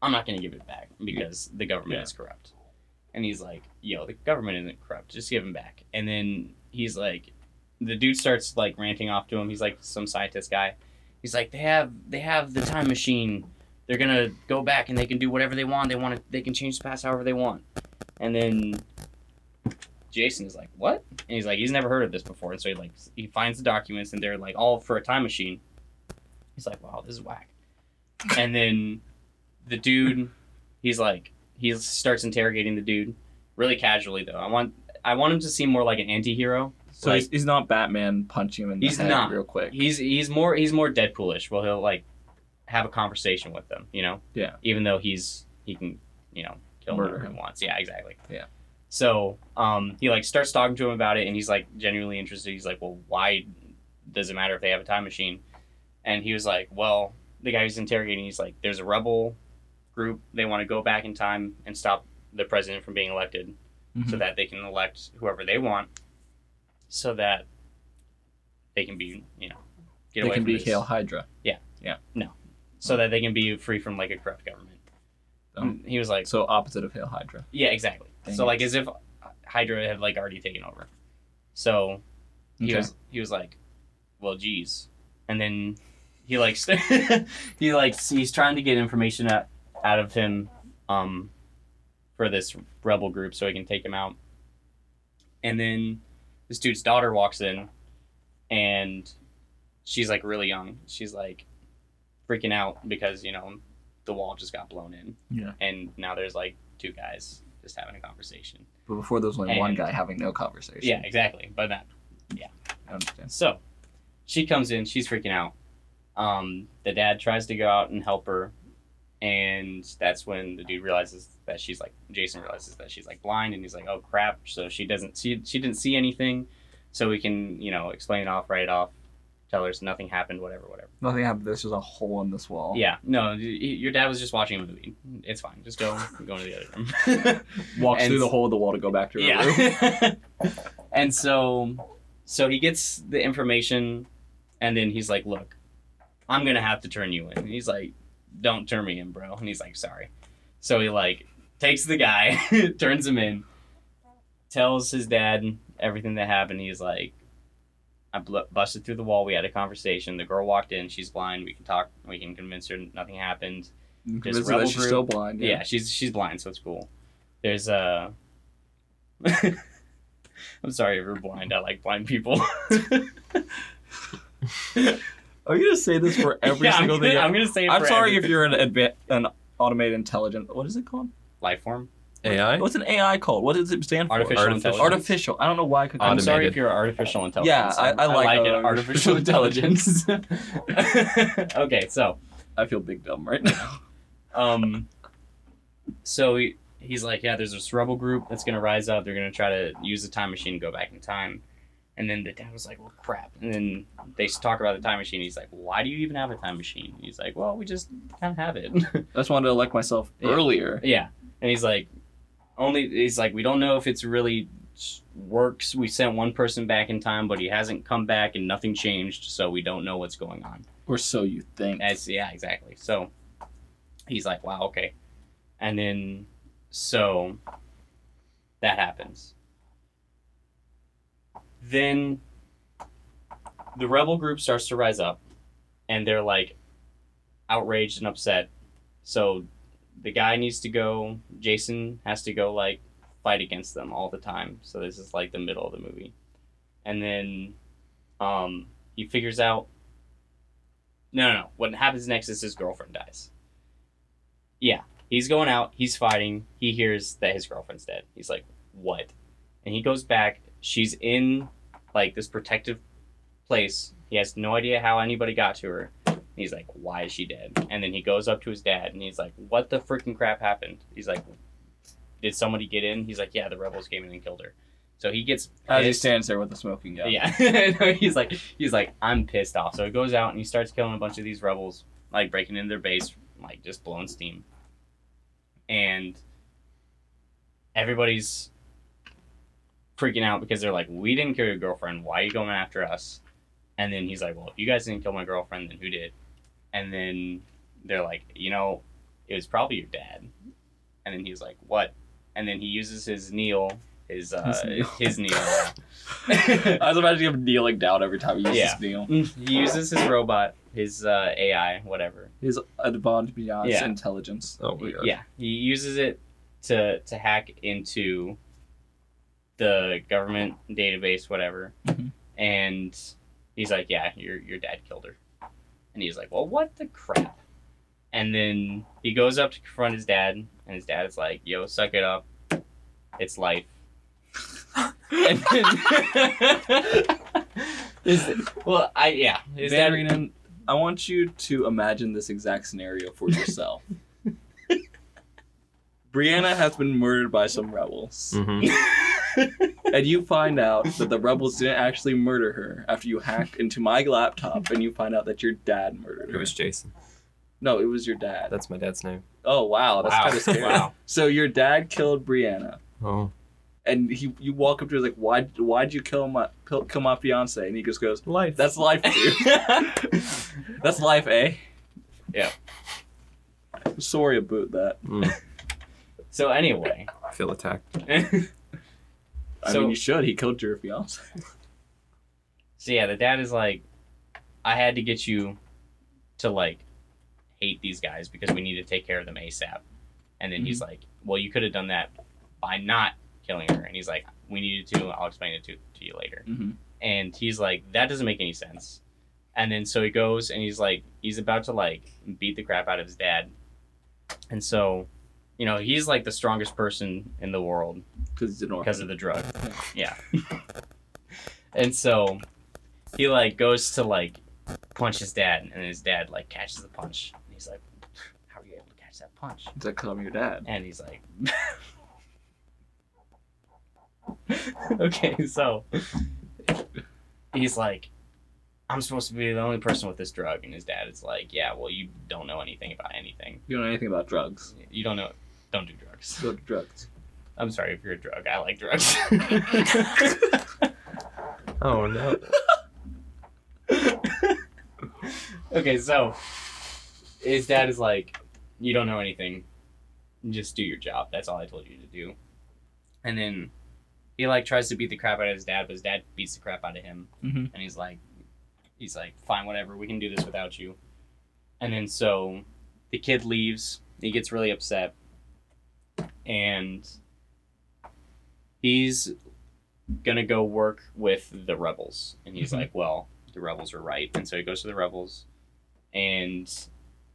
[SPEAKER 2] I'm not gonna give it back because the government
[SPEAKER 1] Yeah.
[SPEAKER 2] is corrupt. And he's like, yo, the government isn't corrupt. Just give him back. And then he's like, the dude starts like ranting off to him. He's like some scientist guy. He's like, they have they have the time machine. They're gonna go back and they can do whatever they want. They want to. They can change the past however they want. And then Jason is like, what? and he's like he's never heard of this before and so he like he finds the documents and they're like all for a time machine he's like wow this is whack and then the dude he's like he starts interrogating the dude really casually though i want i want him to seem more like an anti-hero
[SPEAKER 1] so
[SPEAKER 2] like,
[SPEAKER 1] he's, he's not Batman punching him in the
[SPEAKER 2] He's
[SPEAKER 1] head
[SPEAKER 2] not.
[SPEAKER 1] real quick.
[SPEAKER 2] he's he's more he's more deadpoolish well he'll like have a conversation with them you know
[SPEAKER 1] Yeah.
[SPEAKER 2] even though he's he can you know kill
[SPEAKER 1] Murder
[SPEAKER 2] Murder whoever he wants yeah exactly
[SPEAKER 1] Yeah.
[SPEAKER 2] so um he like starts talking to him about it and he's like genuinely interested he's like well why does it matter if they have a time machine and he was like well the guy who's interrogating he's like there's a rebel group they want to go back in time and stop the president from being elected so
[SPEAKER 1] Mhm.
[SPEAKER 2] that they can elect whoever they want, so that they can be, you know, get
[SPEAKER 1] they
[SPEAKER 2] away
[SPEAKER 1] can
[SPEAKER 2] from
[SPEAKER 1] be
[SPEAKER 2] this.
[SPEAKER 1] Hail Hydra.
[SPEAKER 2] so that they can be free from like a corrupt government.
[SPEAKER 1] Um,
[SPEAKER 2] he was like,
[SPEAKER 1] So opposite of Hail Hydra.
[SPEAKER 2] yeah, exactly.
[SPEAKER 1] Dang
[SPEAKER 2] so like
[SPEAKER 1] it.
[SPEAKER 2] as if Hydra had like already taken over. So he
[SPEAKER 1] Okay.
[SPEAKER 2] was he was like, well, geez, and then he like st- he like he's trying to get information out, out of him, um, for this rebel group so he can take him out. And then this dude's daughter walks in, and she's like really young. She's like freaking out because you know the wall just got blown in.
[SPEAKER 1] Yeah.
[SPEAKER 2] And now there's like two guys just having a conversation.
[SPEAKER 1] But before there was only one
[SPEAKER 2] And-
[SPEAKER 1] guy having no conversation.
[SPEAKER 2] Yeah, exactly. But that
[SPEAKER 1] I understand.
[SPEAKER 2] So she comes in, she's freaking out. Um, the dad tries to go out and help her, and that's when the dude realizes that she's like Jason realizes that she's like blind, and he's like, "Oh crap!" So she doesn't she she didn't see anything, so we can you know explain it off, write it off, tell her nothing happened, whatever, whatever.
[SPEAKER 1] Nothing happened. There's just a hole in this wall.
[SPEAKER 2] Yeah, no, y- y- your dad was just watching a movie. It's fine, just go go into the other room.
[SPEAKER 1] Walks
[SPEAKER 2] And-
[SPEAKER 1] through the hole of the wall to go back to her room.
[SPEAKER 2] yeah. and so so he gets the information and then he's like, Look, I'm gonna have to turn you in. And he's like, Don't turn me in, bro. And he's like, sorry. So he like takes the guy, turns him in, tells his dad everything that happened. He's like, I bl- busted through the wall. We had a conversation. The girl walked in. She's blind. We can talk. We can convince her nothing happened.
[SPEAKER 1] And convinces her
[SPEAKER 2] Just
[SPEAKER 1] that
[SPEAKER 2] rebel
[SPEAKER 1] she's
[SPEAKER 2] group.
[SPEAKER 1] still blind.
[SPEAKER 2] Yeah, she's she's blind, so it's cool. There's Uh... I'm sorry if you're blind. I like blind people.
[SPEAKER 1] Are you gonna say this for every
[SPEAKER 2] Yeah, I'm
[SPEAKER 1] single
[SPEAKER 2] gonna-
[SPEAKER 1] thing?
[SPEAKER 2] I'm gonna say. It
[SPEAKER 1] I'm
[SPEAKER 2] for
[SPEAKER 1] sorry
[SPEAKER 2] every-
[SPEAKER 1] if you're an adva- an automated intelligent. What is it called?
[SPEAKER 2] life form.
[SPEAKER 3] AI?
[SPEAKER 1] What's an AI called? What does it stand for?
[SPEAKER 2] Artificial
[SPEAKER 3] Artificial-
[SPEAKER 2] intelligence.
[SPEAKER 1] Artificial. I don't know why. I could
[SPEAKER 2] I'm sorry
[SPEAKER 3] Automated.
[SPEAKER 2] if you're artificial
[SPEAKER 1] Yeah,
[SPEAKER 2] intelligence.
[SPEAKER 1] I, I like,
[SPEAKER 2] it.
[SPEAKER 1] uh,
[SPEAKER 2] Artificial intelligence. okay, so
[SPEAKER 1] I feel big dumb right now.
[SPEAKER 2] um, so he, he's like, yeah, there's this rebel group that's gonna rise up. They're gonna try to use the time machine to go back in time. And then the dad was like, well, crap. And then they s- talk about the time machine. He's like, why do you even have a time machine? He's like, well, we just kind of have it.
[SPEAKER 1] I just wanted to elect myself
[SPEAKER 2] Yeah.
[SPEAKER 1] earlier.
[SPEAKER 2] yeah. And he's like, only it's like we don't know if it's really s- works. We sent one person back in time, but he hasn't come back and nothing changed, so we don't know what's going on.
[SPEAKER 1] Or so you think.
[SPEAKER 2] As yeah, exactly. So he's like, "Wow, okay," and then so that happens. Then the rebel group starts to rise up, and they're like outraged and upset. So the guy needs to go. Jason has to go like fight against them all the time. So this is like the middle of the movie, and then um, he figures out no, no, no. What happens next is his girlfriend dies. Yeah, he's going out. He's fighting. He hears that his girlfriend's dead. He's like, "What?" And he goes back. She's in like this protective place. He has no idea how anybody got to her. He's like, "Why is she dead?" And then he goes up to his dad and he's like, "What the freaking crap happened?" He's like, "Did somebody get in?" He's like, "Yeah, the rebels came in and killed her." So he gets
[SPEAKER 1] As he
[SPEAKER 2] pissed.
[SPEAKER 1] stands there with the smoking gun.
[SPEAKER 2] Yeah. No, he's like he's like I'm pissed off. So he goes out and he starts killing a bunch of these rebels, like breaking into their base, like just blowing steam. And everybody's freaking out because they're like, "We didn't kill your girlfriend. Why are you going after us?" And then he's like, "Well, if you guys didn't kill my girlfriend, then who did?" And then they're like, "You know, it was probably your dad." And then he's like, "What?" And then he uses his kneel, his uh,
[SPEAKER 1] His kneel.
[SPEAKER 2] His kneel
[SPEAKER 1] I was imagining him kneeling down every time he uses
[SPEAKER 2] Yeah.
[SPEAKER 1] kneel.
[SPEAKER 2] he uses his robot, his uh, AI, whatever.
[SPEAKER 1] His advanced beyond
[SPEAKER 2] Yeah.
[SPEAKER 1] intelligence.
[SPEAKER 3] Oh my god.
[SPEAKER 2] Yeah, he uses it to to hack into the government database, whatever.
[SPEAKER 1] Mhm.
[SPEAKER 2] And he's like, "Yeah, your your dad killed her." And he's like, "Well, what the crap?" And then he goes up to confront his dad, and his dad is like, "Yo, suck it up. It's life." and then, His- well, I yeah, his
[SPEAKER 1] Van
[SPEAKER 2] dad
[SPEAKER 1] Reenen, I want you to imagine this exact scenario for yourself. Brianna has been murdered by some rebels,
[SPEAKER 3] Mhm. Mm.
[SPEAKER 1] and you find out that the rebels didn't actually murder her after you hack into my laptop and you find out that your dad murdered
[SPEAKER 3] It
[SPEAKER 1] her.
[SPEAKER 3] was Jason.
[SPEAKER 1] No, it was your dad.
[SPEAKER 3] That's my dad's name.
[SPEAKER 1] oh, wow. That's
[SPEAKER 2] Wow.
[SPEAKER 1] kind of scary.
[SPEAKER 2] Wow.
[SPEAKER 1] So your dad killed Brianna.
[SPEAKER 3] Oh.
[SPEAKER 1] And he, you walk up to her like, why, why'd you kill my, kill kill my fiance? And he just goes,
[SPEAKER 3] Life.
[SPEAKER 1] that's life, dude. That's life, eh?
[SPEAKER 2] Yeah.
[SPEAKER 1] Sorry about that.
[SPEAKER 3] Mm.
[SPEAKER 2] so anyway,
[SPEAKER 3] Feel attacked.
[SPEAKER 1] I
[SPEAKER 2] So-
[SPEAKER 1] mean, you should. He killed your fiance.
[SPEAKER 2] so yeah, the dad is like, I had to get you to like hate these guys because we need to take care of them ASAP. And then he's like, Well, you could have done that by not killing her. And he's like, We needed to. I'll explain it to, to you later.
[SPEAKER 1] Mhm.
[SPEAKER 2] And he's like, That doesn't make any sense. And then so he goes and he's like, He's about to like beat the crap out of his dad. And so, you know, he's like the strongest person in the world
[SPEAKER 1] Because he's an orphan.
[SPEAKER 2] because of the drug. Yeah. and so he like goes to like punch his dad, and his dad like catches the punch, and he's like, "How are you able to catch that punch?"
[SPEAKER 1] He's like, 'cause I'm your dad.
[SPEAKER 2] And he's like, "Okay, so he's like." I'm supposed to be the only person with this drug, and his dad is like, "Yeah, well, you don't know anything about anything.
[SPEAKER 1] You don't know anything about drugs.
[SPEAKER 2] You don't know, don't do drugs."
[SPEAKER 1] Go to drugs.
[SPEAKER 2] I'm sorry if you're a drug. I like drugs.
[SPEAKER 3] Oh no.
[SPEAKER 2] okay, so his dad is like, "You don't know anything. Just do your job. That's all I told you to do." And then he like tries to beat the crap out of his dad, but his dad beats the crap out of him,
[SPEAKER 1] Mhm.
[SPEAKER 2] and he's like, "He's like, fine, whatever. We can do this without you." And then so the kid leaves. He gets really upset, and he's gonna go work with the rebels. And he's
[SPEAKER 1] Mhm.
[SPEAKER 2] like, "Well, the rebels were right." And so he goes to the rebels, and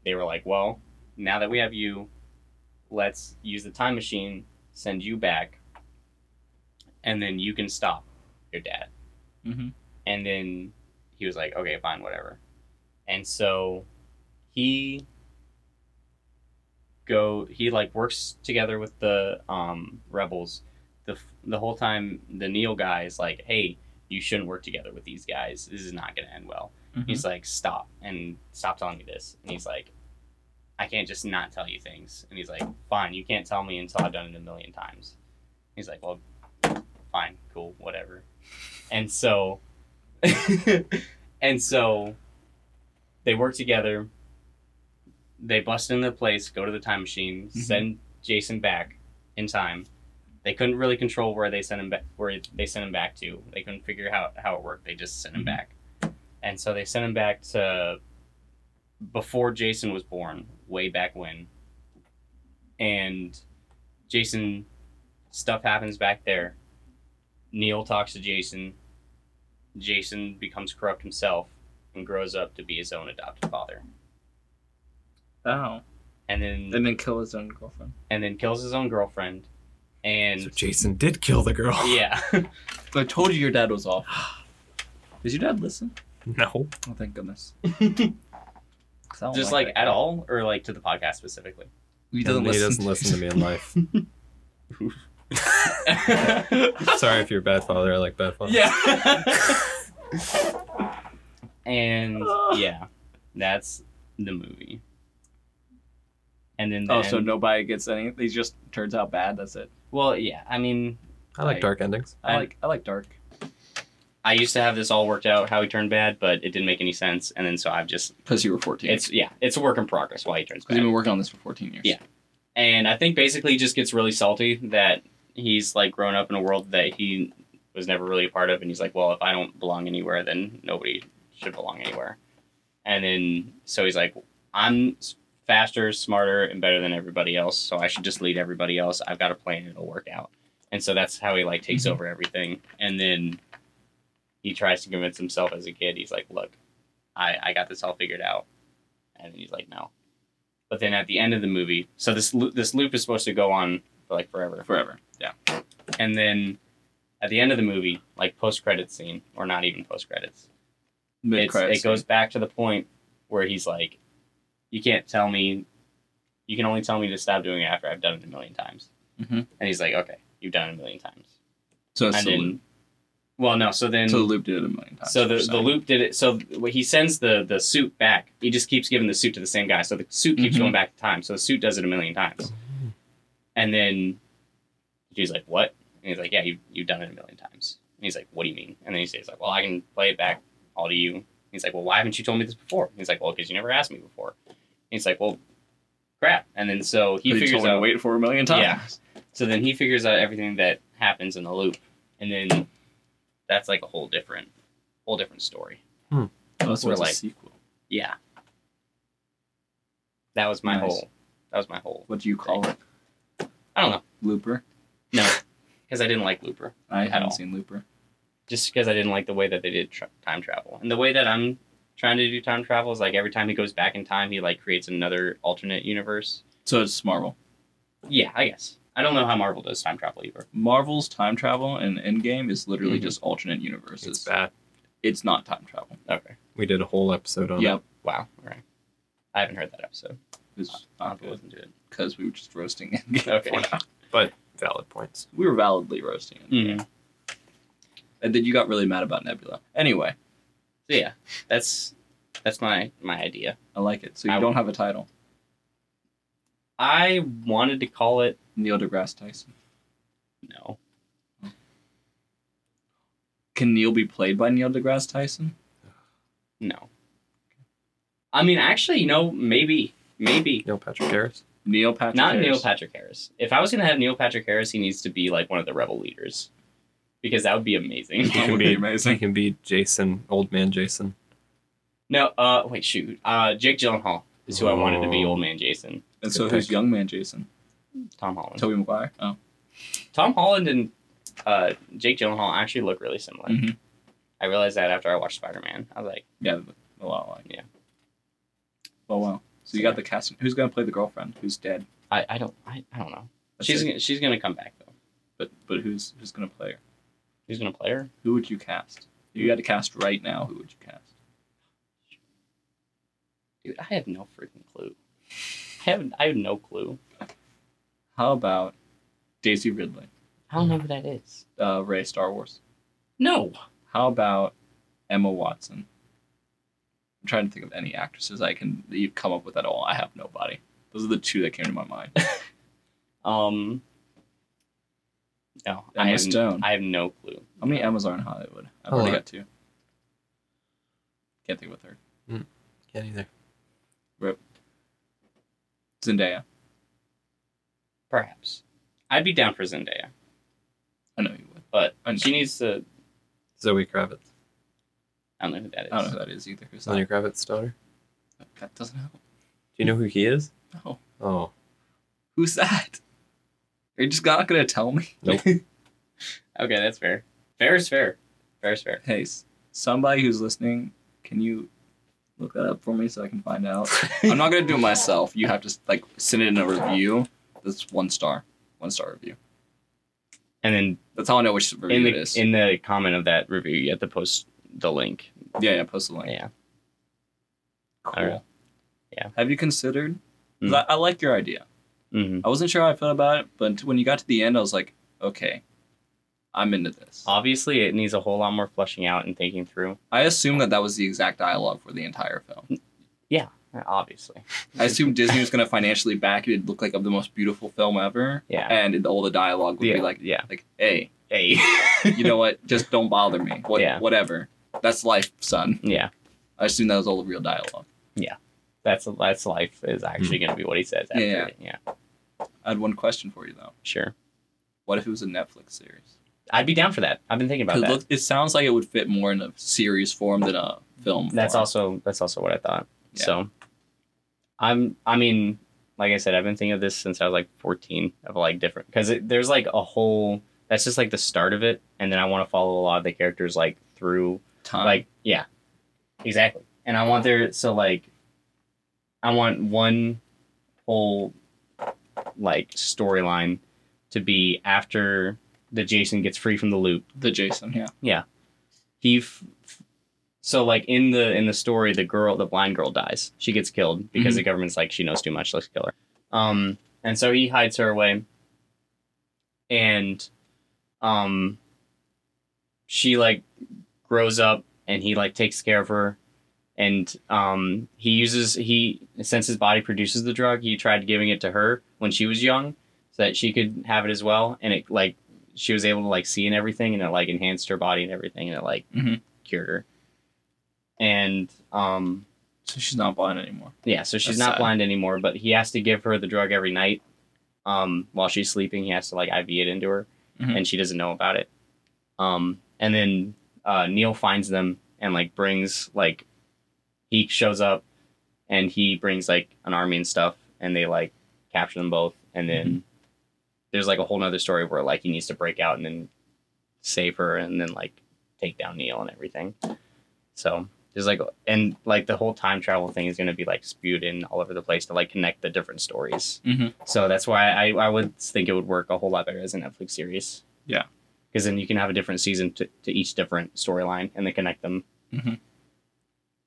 [SPEAKER 2] they were like, "Well, now that we have you, let's use the time machine, send you back, and then you can stop your dad."
[SPEAKER 1] Mm-hmm.
[SPEAKER 2] And then he was like, okay, fine, whatever. And so he go he like works together with the um rebels. The f- the whole time the Neil guy is like, hey, you shouldn't work together with these guys.
[SPEAKER 1] Mm-hmm.
[SPEAKER 2] This is not gonna end well. He's like, stop and stop telling me this. And he's like, I can't just not tell you things. And he's like, fine, you can't tell me until I've done it a million times. He's like, well, fine, cool, whatever. And so, and so, they work together. They bust into the place, go to the time machine, send Jason back in time. They couldn't really control where they sent him back. Where they sent him back to, they couldn't figure out how it worked. They just sent him
[SPEAKER 1] Mhm.
[SPEAKER 2] back, and so they sent him back to before Jason was born, way back when. And Jason, stuff happens back there. Neil talks to Jason. Jason becomes corrupt himself and grows up to be his own adopted father.
[SPEAKER 1] Oh.
[SPEAKER 2] And then
[SPEAKER 1] And then kill his own girlfriend.
[SPEAKER 2] and then kills his own girlfriend. And
[SPEAKER 3] So Jason did kill the girl.
[SPEAKER 2] yeah.
[SPEAKER 1] I told you your dad was awful. Did your dad listen?
[SPEAKER 3] No.
[SPEAKER 1] Oh, thank goodness. 'Cause I don't
[SPEAKER 2] Just like
[SPEAKER 1] that
[SPEAKER 2] at
[SPEAKER 1] guy.
[SPEAKER 2] all or like to the podcast specifically.
[SPEAKER 1] He doesn't,
[SPEAKER 3] he
[SPEAKER 1] listen.
[SPEAKER 3] doesn't listen to me in life. Sorry if you're a bad father. I like bad father.
[SPEAKER 2] yeah. and yeah. That's the movie. And then
[SPEAKER 1] Oh,
[SPEAKER 2] then-
[SPEAKER 1] so nobody gets any. He just turns out bad. That's it.
[SPEAKER 2] well, yeah. I mean,
[SPEAKER 3] I like
[SPEAKER 2] I-
[SPEAKER 3] dark endings.
[SPEAKER 1] I
[SPEAKER 2] I-
[SPEAKER 1] like I like dark.
[SPEAKER 2] I used to have this all worked out how he turned bad, but it didn't make any sense. And then so I've just
[SPEAKER 1] Because you were 14.
[SPEAKER 2] it's yeah, it's a work in progress why he turns
[SPEAKER 1] because you've
[SPEAKER 2] bad.
[SPEAKER 1] been working on this for 14 years.
[SPEAKER 2] Yeah. And I think basically he just gets really salty that he's like grown up in a world that he was never really a part of, and he's like, well, if I don't belong anywhere, then nobody should belong anywhere. And then so he's like, I'm s- faster, smarter, and better than everybody else, so I should just lead everybody else. I've got a plan; it'll work out. And so that's how he like takes
[SPEAKER 1] Mhm.
[SPEAKER 2] over everything. And then he tries to convince himself as a kid, he's like, look, I I got this all figured out. And he's like, no. But then at the end of the movie, so this lo- this loop is supposed to go on for like forever
[SPEAKER 1] Forever. Yeah.
[SPEAKER 2] and then at the end of the movie, like post credits scene, or not even post credits, it
[SPEAKER 1] Mid-credits.
[SPEAKER 2] goes back to the point where he's like, "You can't tell me, you can only tell me to stop doing it after I've done it a million times."
[SPEAKER 1] Mhm.
[SPEAKER 2] And he's like, "Okay, you've done it a million times."
[SPEAKER 1] So it's
[SPEAKER 2] and
[SPEAKER 1] the
[SPEAKER 2] then,
[SPEAKER 1] loop.
[SPEAKER 2] well, no, so then,
[SPEAKER 1] So the loop did it a million times.
[SPEAKER 2] so
[SPEAKER 1] you're
[SPEAKER 2] the, the
[SPEAKER 1] saying.
[SPEAKER 2] loop did it. So th- he sends the the suit back. He just keeps giving the suit to the same guy. So the suit keeps
[SPEAKER 1] Mhm.
[SPEAKER 2] going back to time. So the suit does it a million times. And then she's like, "What?" And he's like, "Yeah, you you've done it a million times." And he's like, "What do you mean?" And then he says, "Like, well, I can play it back all to you." And he's like, "Well, why haven't you told me this before?" And he's like, "Well, because you never asked me before." And he's like, "Well, crap." And then so he
[SPEAKER 1] But
[SPEAKER 2] figures
[SPEAKER 1] told me to
[SPEAKER 2] out.
[SPEAKER 1] wait for a million times.
[SPEAKER 2] So then he figures out everything that happens in the loop, and then that's like a whole different, whole different story.
[SPEAKER 1] Oh, so
[SPEAKER 2] Or
[SPEAKER 1] it's a
[SPEAKER 2] like-
[SPEAKER 1] sequel.
[SPEAKER 2] Yeah. That was my
[SPEAKER 1] Nice.
[SPEAKER 2] whole. That was my whole.
[SPEAKER 1] What do you call it?
[SPEAKER 2] I don't know.
[SPEAKER 1] Looper.
[SPEAKER 2] No, because I didn't like Looper.
[SPEAKER 1] I
[SPEAKER 2] At
[SPEAKER 1] haven't
[SPEAKER 2] all.
[SPEAKER 1] seen Looper.
[SPEAKER 2] Just because I didn't like the way that they did tra- time travel, and the way that I'm trying to do time travel is like every time he goes back in time, he like creates another alternate universe.
[SPEAKER 1] So it's Marvel.
[SPEAKER 2] Yeah, I guess. I don't know how Marvel does time travel either.
[SPEAKER 1] Marvel's time travel in Endgame is literally
[SPEAKER 2] Mhm.
[SPEAKER 1] just alternate
[SPEAKER 3] It's
[SPEAKER 1] universes.
[SPEAKER 3] bad.
[SPEAKER 1] It's not time travel.
[SPEAKER 2] Okay.
[SPEAKER 3] We did a whole episode on
[SPEAKER 1] Yep.
[SPEAKER 2] Wow. All right. I haven't heard that episode.
[SPEAKER 1] It's not
[SPEAKER 2] I'll have to
[SPEAKER 1] Oh, good
[SPEAKER 2] listen to it.
[SPEAKER 1] because we were just roasting Endgame.
[SPEAKER 2] Okay.
[SPEAKER 1] for an hour.
[SPEAKER 3] it. Valid points.
[SPEAKER 1] We were validly roasting it.
[SPEAKER 2] Mhm.
[SPEAKER 1] And then you got really mad about Nebula. Anyway,
[SPEAKER 2] So yeah, that's that's my my idea.
[SPEAKER 1] I like it. So you
[SPEAKER 2] I-
[SPEAKER 1] don't have a title.
[SPEAKER 2] I wanted to call it
[SPEAKER 1] Neil deGrasse Tyson.
[SPEAKER 2] no.
[SPEAKER 1] Can Neil be played by Neil deGrasse Tyson?
[SPEAKER 2] No. I mean, actually, you know, maybe, maybe
[SPEAKER 3] Neil Patrick Harris.
[SPEAKER 1] Neil Patrick
[SPEAKER 2] not
[SPEAKER 1] Harris.
[SPEAKER 2] Neil Patrick Harris. If I was gonna have Neil Patrick Harris, he needs to be like one of the rebel leaders, because that would be amazing.
[SPEAKER 1] That would be amazing.
[SPEAKER 3] He can be Jason, old man Jason.
[SPEAKER 2] no, uh, wait, shoot, uh, Jake Gyllenhaal is who I wanted to be,
[SPEAKER 3] Oh.
[SPEAKER 2] old man Jason,
[SPEAKER 1] And so
[SPEAKER 3] Good
[SPEAKER 1] who's
[SPEAKER 3] pick.
[SPEAKER 1] young man Jason?
[SPEAKER 2] Tom Holland,
[SPEAKER 1] Toby Maguire? Oh.
[SPEAKER 2] Tom Holland and uh, Jake Gyllenhaal actually look really similar.
[SPEAKER 1] Mhm.
[SPEAKER 2] I realized that after I watched Spider Man, I was like,
[SPEAKER 1] Yeah, a lot like.
[SPEAKER 2] Yeah.
[SPEAKER 1] Oh wow. So you got the casting. Who's gonna play the girlfriend? Who's dead?
[SPEAKER 2] I, I don't, I, I don't know.
[SPEAKER 1] That's
[SPEAKER 2] she's
[SPEAKER 1] it.
[SPEAKER 2] gonna, she's gonna come back though.
[SPEAKER 1] but but who's who's gonna play her?
[SPEAKER 2] She's gonna play her.
[SPEAKER 1] Who would you cast? If you had to cast right now, who would you cast?
[SPEAKER 2] Dude, I have no freaking clue. I have, I have no clue.
[SPEAKER 1] How about Daisy Ridley?
[SPEAKER 2] I don't know who that is.
[SPEAKER 1] Uh, Ray Star Wars.
[SPEAKER 2] No.
[SPEAKER 1] How about Emma Watson? I'm trying to think of any actresses I can you come up with at all. I have nobody. Those are the two that came to my mind.
[SPEAKER 2] Um. No,
[SPEAKER 1] Emma
[SPEAKER 2] I have,
[SPEAKER 1] Stone.
[SPEAKER 2] I have no clue.
[SPEAKER 1] How many Emmas are in Hollywood? I've
[SPEAKER 3] A
[SPEAKER 1] already
[SPEAKER 3] lot.
[SPEAKER 1] got two. Can't think of a third.
[SPEAKER 3] Yeah, either.
[SPEAKER 1] Zendaya.
[SPEAKER 2] Perhaps. I'd be down for Zendaya,
[SPEAKER 1] I know you would.
[SPEAKER 2] but
[SPEAKER 1] And-
[SPEAKER 2] she needs to.
[SPEAKER 3] Zoe Kravitz.
[SPEAKER 2] I don't know who that is.
[SPEAKER 1] I don't know who that is either. Who's
[SPEAKER 3] Sonia
[SPEAKER 1] that?
[SPEAKER 3] Kravitz's daughter.
[SPEAKER 1] That doesn't help.
[SPEAKER 3] Do you know who he is?
[SPEAKER 1] No.
[SPEAKER 3] Oh,
[SPEAKER 1] Who's that? Are you just not gonna tell me?
[SPEAKER 3] Nope.
[SPEAKER 2] Okay, that's fair. Fair is fair. Fair is fair.
[SPEAKER 1] hey, s- somebody who's listening, can you look that up for me so I can find out? I'm not gonna do it myself. You have to like send it in a review. That's one star, one star review.
[SPEAKER 2] And then
[SPEAKER 1] That's how I know which
[SPEAKER 2] in
[SPEAKER 1] review it
[SPEAKER 2] the
[SPEAKER 1] is.
[SPEAKER 2] in the comment of that review, you have to post the link.
[SPEAKER 1] yeah, yeah. Post the link.
[SPEAKER 2] Yeah.
[SPEAKER 1] Cool.
[SPEAKER 2] Alright. Yeah.
[SPEAKER 1] Have you considered? 'cause
[SPEAKER 2] Mm.
[SPEAKER 1] I, I like your idea.
[SPEAKER 2] hmm
[SPEAKER 1] I wasn't sure how I felt about it, but when you got to the end, I was like, okay, I'm into this.
[SPEAKER 2] Obviously, it needs a whole lot more fleshing out and thinking through.
[SPEAKER 1] I assumed that that was the exact dialogue for the entire film.
[SPEAKER 2] Obviously.
[SPEAKER 1] I assumed Disney was going to financially back it. It'd look like the most beautiful film ever.
[SPEAKER 2] Yeah.
[SPEAKER 1] And it- all the dialogue would
[SPEAKER 2] yeah.
[SPEAKER 1] be like,
[SPEAKER 2] yeah.
[SPEAKER 1] like, hey,
[SPEAKER 2] Hey.
[SPEAKER 1] you know what? Just don't bother me. What,
[SPEAKER 2] Yeah.
[SPEAKER 1] Whatever. That's life, son.
[SPEAKER 2] yeah.
[SPEAKER 1] I assumed that was all the real dialogue.
[SPEAKER 2] That's that's life is actually going to be what he says after
[SPEAKER 1] Hmm. Yeah.
[SPEAKER 2] it. Yeah.
[SPEAKER 1] I had one question for you, though.
[SPEAKER 2] Sure.
[SPEAKER 1] What if it was a Netflix series?
[SPEAKER 2] I'd be down for that. I've been thinking about
[SPEAKER 1] 'Cause
[SPEAKER 2] that.
[SPEAKER 1] It, look, it sounds like it would fit more in a series form than a film
[SPEAKER 2] That's
[SPEAKER 1] form.
[SPEAKER 2] also that's also what I thought.
[SPEAKER 1] Yeah.
[SPEAKER 2] So I'm I mean, like I said, I've been thinking of this since I was like 14 of like different because there's like a whole that's just like the start of it, and then I want to follow a lot of the characters like through
[SPEAKER 1] Time.
[SPEAKER 2] like yeah, exactly. And I want there so like I want one whole like storyline to be after the Jason gets free from the loop
[SPEAKER 1] the Jason, yeah.
[SPEAKER 2] he f- f- so like in the in the story the girl the blind girl dies she gets killed because the government's like she knows too much let's kill her um and so he hides her away and um she like grows up and he like takes care of her and um he uses he since his body produces the drug he tried giving it to her when she was young so that she could have it as well and it like she was able to like see and everything and it like enhanced her body and everything and it like
[SPEAKER 1] Mhm.
[SPEAKER 2] cured her and um
[SPEAKER 1] So she's not blind anymore.
[SPEAKER 2] yeah so she's
[SPEAKER 1] That's
[SPEAKER 2] not
[SPEAKER 1] sad.
[SPEAKER 2] blind anymore but he has to give her the drug every night um while she's sleeping he has to like iv it into her
[SPEAKER 1] Mhm.
[SPEAKER 2] and she doesn't know about it um and then uh neil finds them and like brings like he shows up and he brings like an army and stuff and they like capture them both and then
[SPEAKER 1] Mm-hmm.
[SPEAKER 2] there's like a whole nother story where like he needs to break out and then save her and then like take down neil and everything so there's like and like the whole time travel thing is going to be like spewed in all over the place to like connect the different stories
[SPEAKER 1] Mhm.
[SPEAKER 2] so that's why I, I would think it would work a whole lot better as a netflix series
[SPEAKER 1] Yeah.
[SPEAKER 2] because then you can have a different season to, to each different storyline and then connect them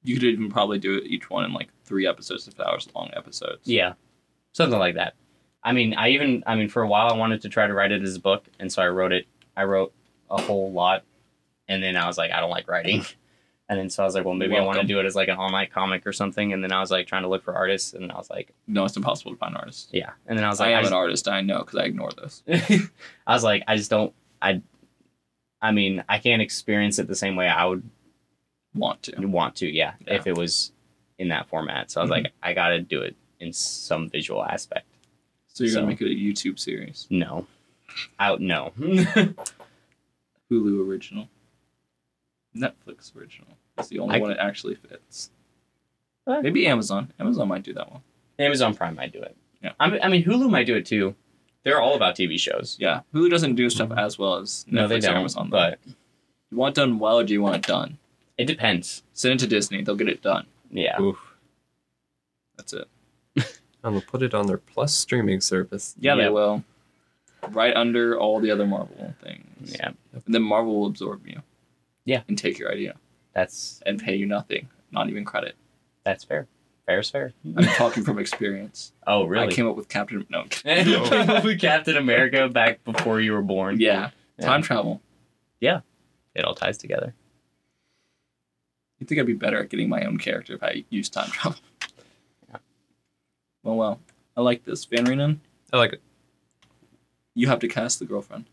[SPEAKER 1] You could even probably do it each one in like three episodes, if hours long episodes.
[SPEAKER 2] Yeah, something like that. I mean, I even I mean, for a while I wanted to try to write it as a book, and so I wrote it. I wrote a whole lot, and then I was like, I don't like writing, and then so I was like, well, maybe I want to
[SPEAKER 1] Welcome.
[SPEAKER 2] do it as like an online comic or something, and then I was like trying to look for artists, and I was like,
[SPEAKER 1] No, it's impossible to find artists.
[SPEAKER 2] yeah, and then I was
[SPEAKER 1] I
[SPEAKER 2] like,
[SPEAKER 1] am
[SPEAKER 2] I,
[SPEAKER 1] an artist. I know because I ignore those.
[SPEAKER 2] just, I was like, I just don't, I, I mean, I can't experience it the same way I would
[SPEAKER 1] Want to?
[SPEAKER 2] want to, yeah,
[SPEAKER 1] Yeah.
[SPEAKER 2] if it was in that format. So I was
[SPEAKER 1] Mhm.
[SPEAKER 2] like, I gotta do it in some visual aspect.
[SPEAKER 1] So you're
[SPEAKER 2] So.
[SPEAKER 1] gonna make it a YouTube series,
[SPEAKER 2] No, out no.
[SPEAKER 1] Hulu original, Netflix original. It's the only
[SPEAKER 2] I- Uh.
[SPEAKER 1] one that actually fits.
[SPEAKER 2] What?
[SPEAKER 1] Maybe Amazon. Amazon might do that one.
[SPEAKER 2] Amazon Prime might do it.
[SPEAKER 1] Yeah.
[SPEAKER 2] I mean, I mean, Hulu might do it too. They're all about TV shows.
[SPEAKER 1] Yeah, Hulu doesn't do stuff as well as Netflix
[SPEAKER 2] no, they
[SPEAKER 1] or
[SPEAKER 2] don't.
[SPEAKER 1] Amazon. Though.
[SPEAKER 2] but
[SPEAKER 1] you want it done well, or do you want it done?
[SPEAKER 2] it depends.
[SPEAKER 1] Send it to Disney. They'll get it done.
[SPEAKER 2] Yeah.
[SPEAKER 3] oof.
[SPEAKER 1] That's it.
[SPEAKER 3] And they'll Um, put it on their Plus streaming service.
[SPEAKER 1] Yeah, they
[SPEAKER 2] Yep.
[SPEAKER 1] will. Right under all the other Marvel things.
[SPEAKER 2] Yeah.
[SPEAKER 1] And then Marvel will absorb you.
[SPEAKER 2] Yeah.
[SPEAKER 1] And take your idea
[SPEAKER 2] That's
[SPEAKER 1] and pay you nothing, not even credit.
[SPEAKER 2] that's fair. Fair is fair.
[SPEAKER 1] I'm talking from experience.
[SPEAKER 2] Oh,
[SPEAKER 1] I
[SPEAKER 2] really?
[SPEAKER 1] came up with Captain. No. I'm kidding.
[SPEAKER 2] And you came up with Captain America back before you were born.
[SPEAKER 1] Yeah.
[SPEAKER 2] Yeah.
[SPEAKER 1] Time travel.
[SPEAKER 2] It all ties together.
[SPEAKER 1] You think I'd be better at getting my own character if I used time travel? Well, well. I like this. Van Renan,
[SPEAKER 3] I like it.
[SPEAKER 1] you have to cast the girlfriend.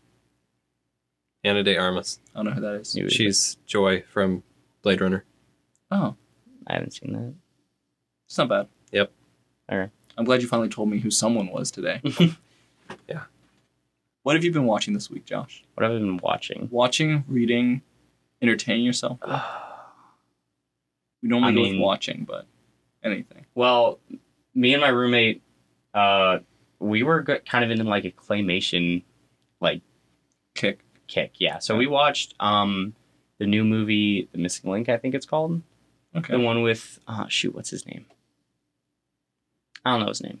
[SPEAKER 3] Anna de Armas.
[SPEAKER 1] I don't know who that is.
[SPEAKER 2] Maybe-
[SPEAKER 3] She's Joy from Blade Runner.
[SPEAKER 1] Oh,
[SPEAKER 2] I haven't seen that.
[SPEAKER 1] it's not bad.
[SPEAKER 3] Yep.
[SPEAKER 2] Alright.
[SPEAKER 1] I'm glad you finally told me who someone was today.
[SPEAKER 3] Yeah.
[SPEAKER 1] What have you been watching this week, Josh?
[SPEAKER 2] What have I been watching?
[SPEAKER 1] Watching, reading, entertaining yourself? We normally
[SPEAKER 2] Uh, I
[SPEAKER 1] go
[SPEAKER 2] mean-
[SPEAKER 1] with watching, but anything.
[SPEAKER 2] well, me and my roommate, uh, we were go- kind of in like a claymation
[SPEAKER 1] Kick.
[SPEAKER 2] kick. Yeah. So we watched um the new movie, The Missing Link, I think it's called.
[SPEAKER 1] Okay.
[SPEAKER 2] The one with uh shoot, what's his name? I don't know his name.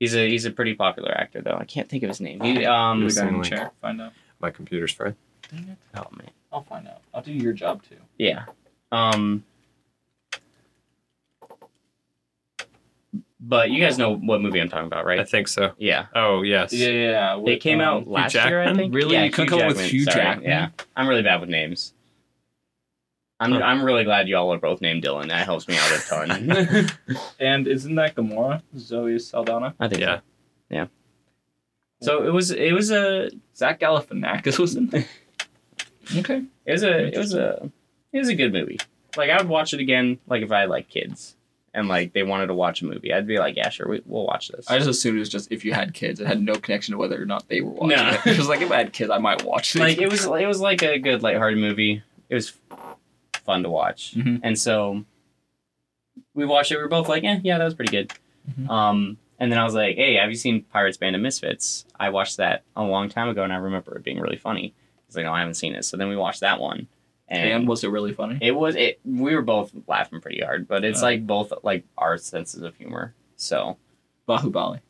[SPEAKER 2] He's a he's a pretty popular actor though. I can't think of his name. He um
[SPEAKER 1] You're
[SPEAKER 3] Really
[SPEAKER 1] the guy in the
[SPEAKER 3] Link.
[SPEAKER 1] chair. Find out.
[SPEAKER 3] My computer's fried.
[SPEAKER 1] Dang it.
[SPEAKER 2] oh man.
[SPEAKER 1] I'll find out. I'll do your job too.
[SPEAKER 2] Yeah. Um But you guys know what movie I'm talking about,
[SPEAKER 3] I
[SPEAKER 2] right?
[SPEAKER 3] think so.
[SPEAKER 2] Yeah.
[SPEAKER 3] Oh yes.
[SPEAKER 1] Yeah, yeah. yeah.
[SPEAKER 2] They
[SPEAKER 1] With,
[SPEAKER 2] came
[SPEAKER 1] um,
[SPEAKER 2] out last year, I
[SPEAKER 3] Jackman?
[SPEAKER 2] think.
[SPEAKER 1] Really?
[SPEAKER 2] Yeah,
[SPEAKER 1] You couldn't come up with Hugh
[SPEAKER 2] Sorry.
[SPEAKER 1] Jackman?
[SPEAKER 2] Yeah. I'm really bad with names. I'm
[SPEAKER 3] Huh.
[SPEAKER 2] I'm really glad y'all are both named Dylan. That helps me out a ton.
[SPEAKER 1] And isn't that Gamora? Zoe Saldana?
[SPEAKER 2] I think
[SPEAKER 3] Yeah.
[SPEAKER 2] so. So it was it was a
[SPEAKER 1] Zach Galifianakis was in there. okay.
[SPEAKER 2] it was a it was a it was a good movie. Like I would watch it again. Like if I had like kids and like they wanted to watch a movie, I'd be like, yeah, sure, we, we'll watch this.
[SPEAKER 1] I just assumed it was just if you had kids. It had no connection to whether or not they were watching
[SPEAKER 2] No.
[SPEAKER 1] it. It was like, if I had kids, I might watch it.
[SPEAKER 2] like it was it was like a good lighthearted movie. It was fun to watch,
[SPEAKER 1] Mhm.
[SPEAKER 2] and so we watched it. We were both like, "Eh, yeah, that was pretty good."
[SPEAKER 1] Mhm.
[SPEAKER 2] Um, and then I was like, "Hey, have you seen Pirates Band of Misfits?" I watched that a long time ago, and I remember it being really funny. He's like, "No, I haven't seen it." So then we watched that one,
[SPEAKER 1] And was it really funny?
[SPEAKER 2] it was it. We were both laughing pretty hard, but it's
[SPEAKER 1] Uh.
[SPEAKER 2] like both like our senses of humor. So
[SPEAKER 1] Bahubali.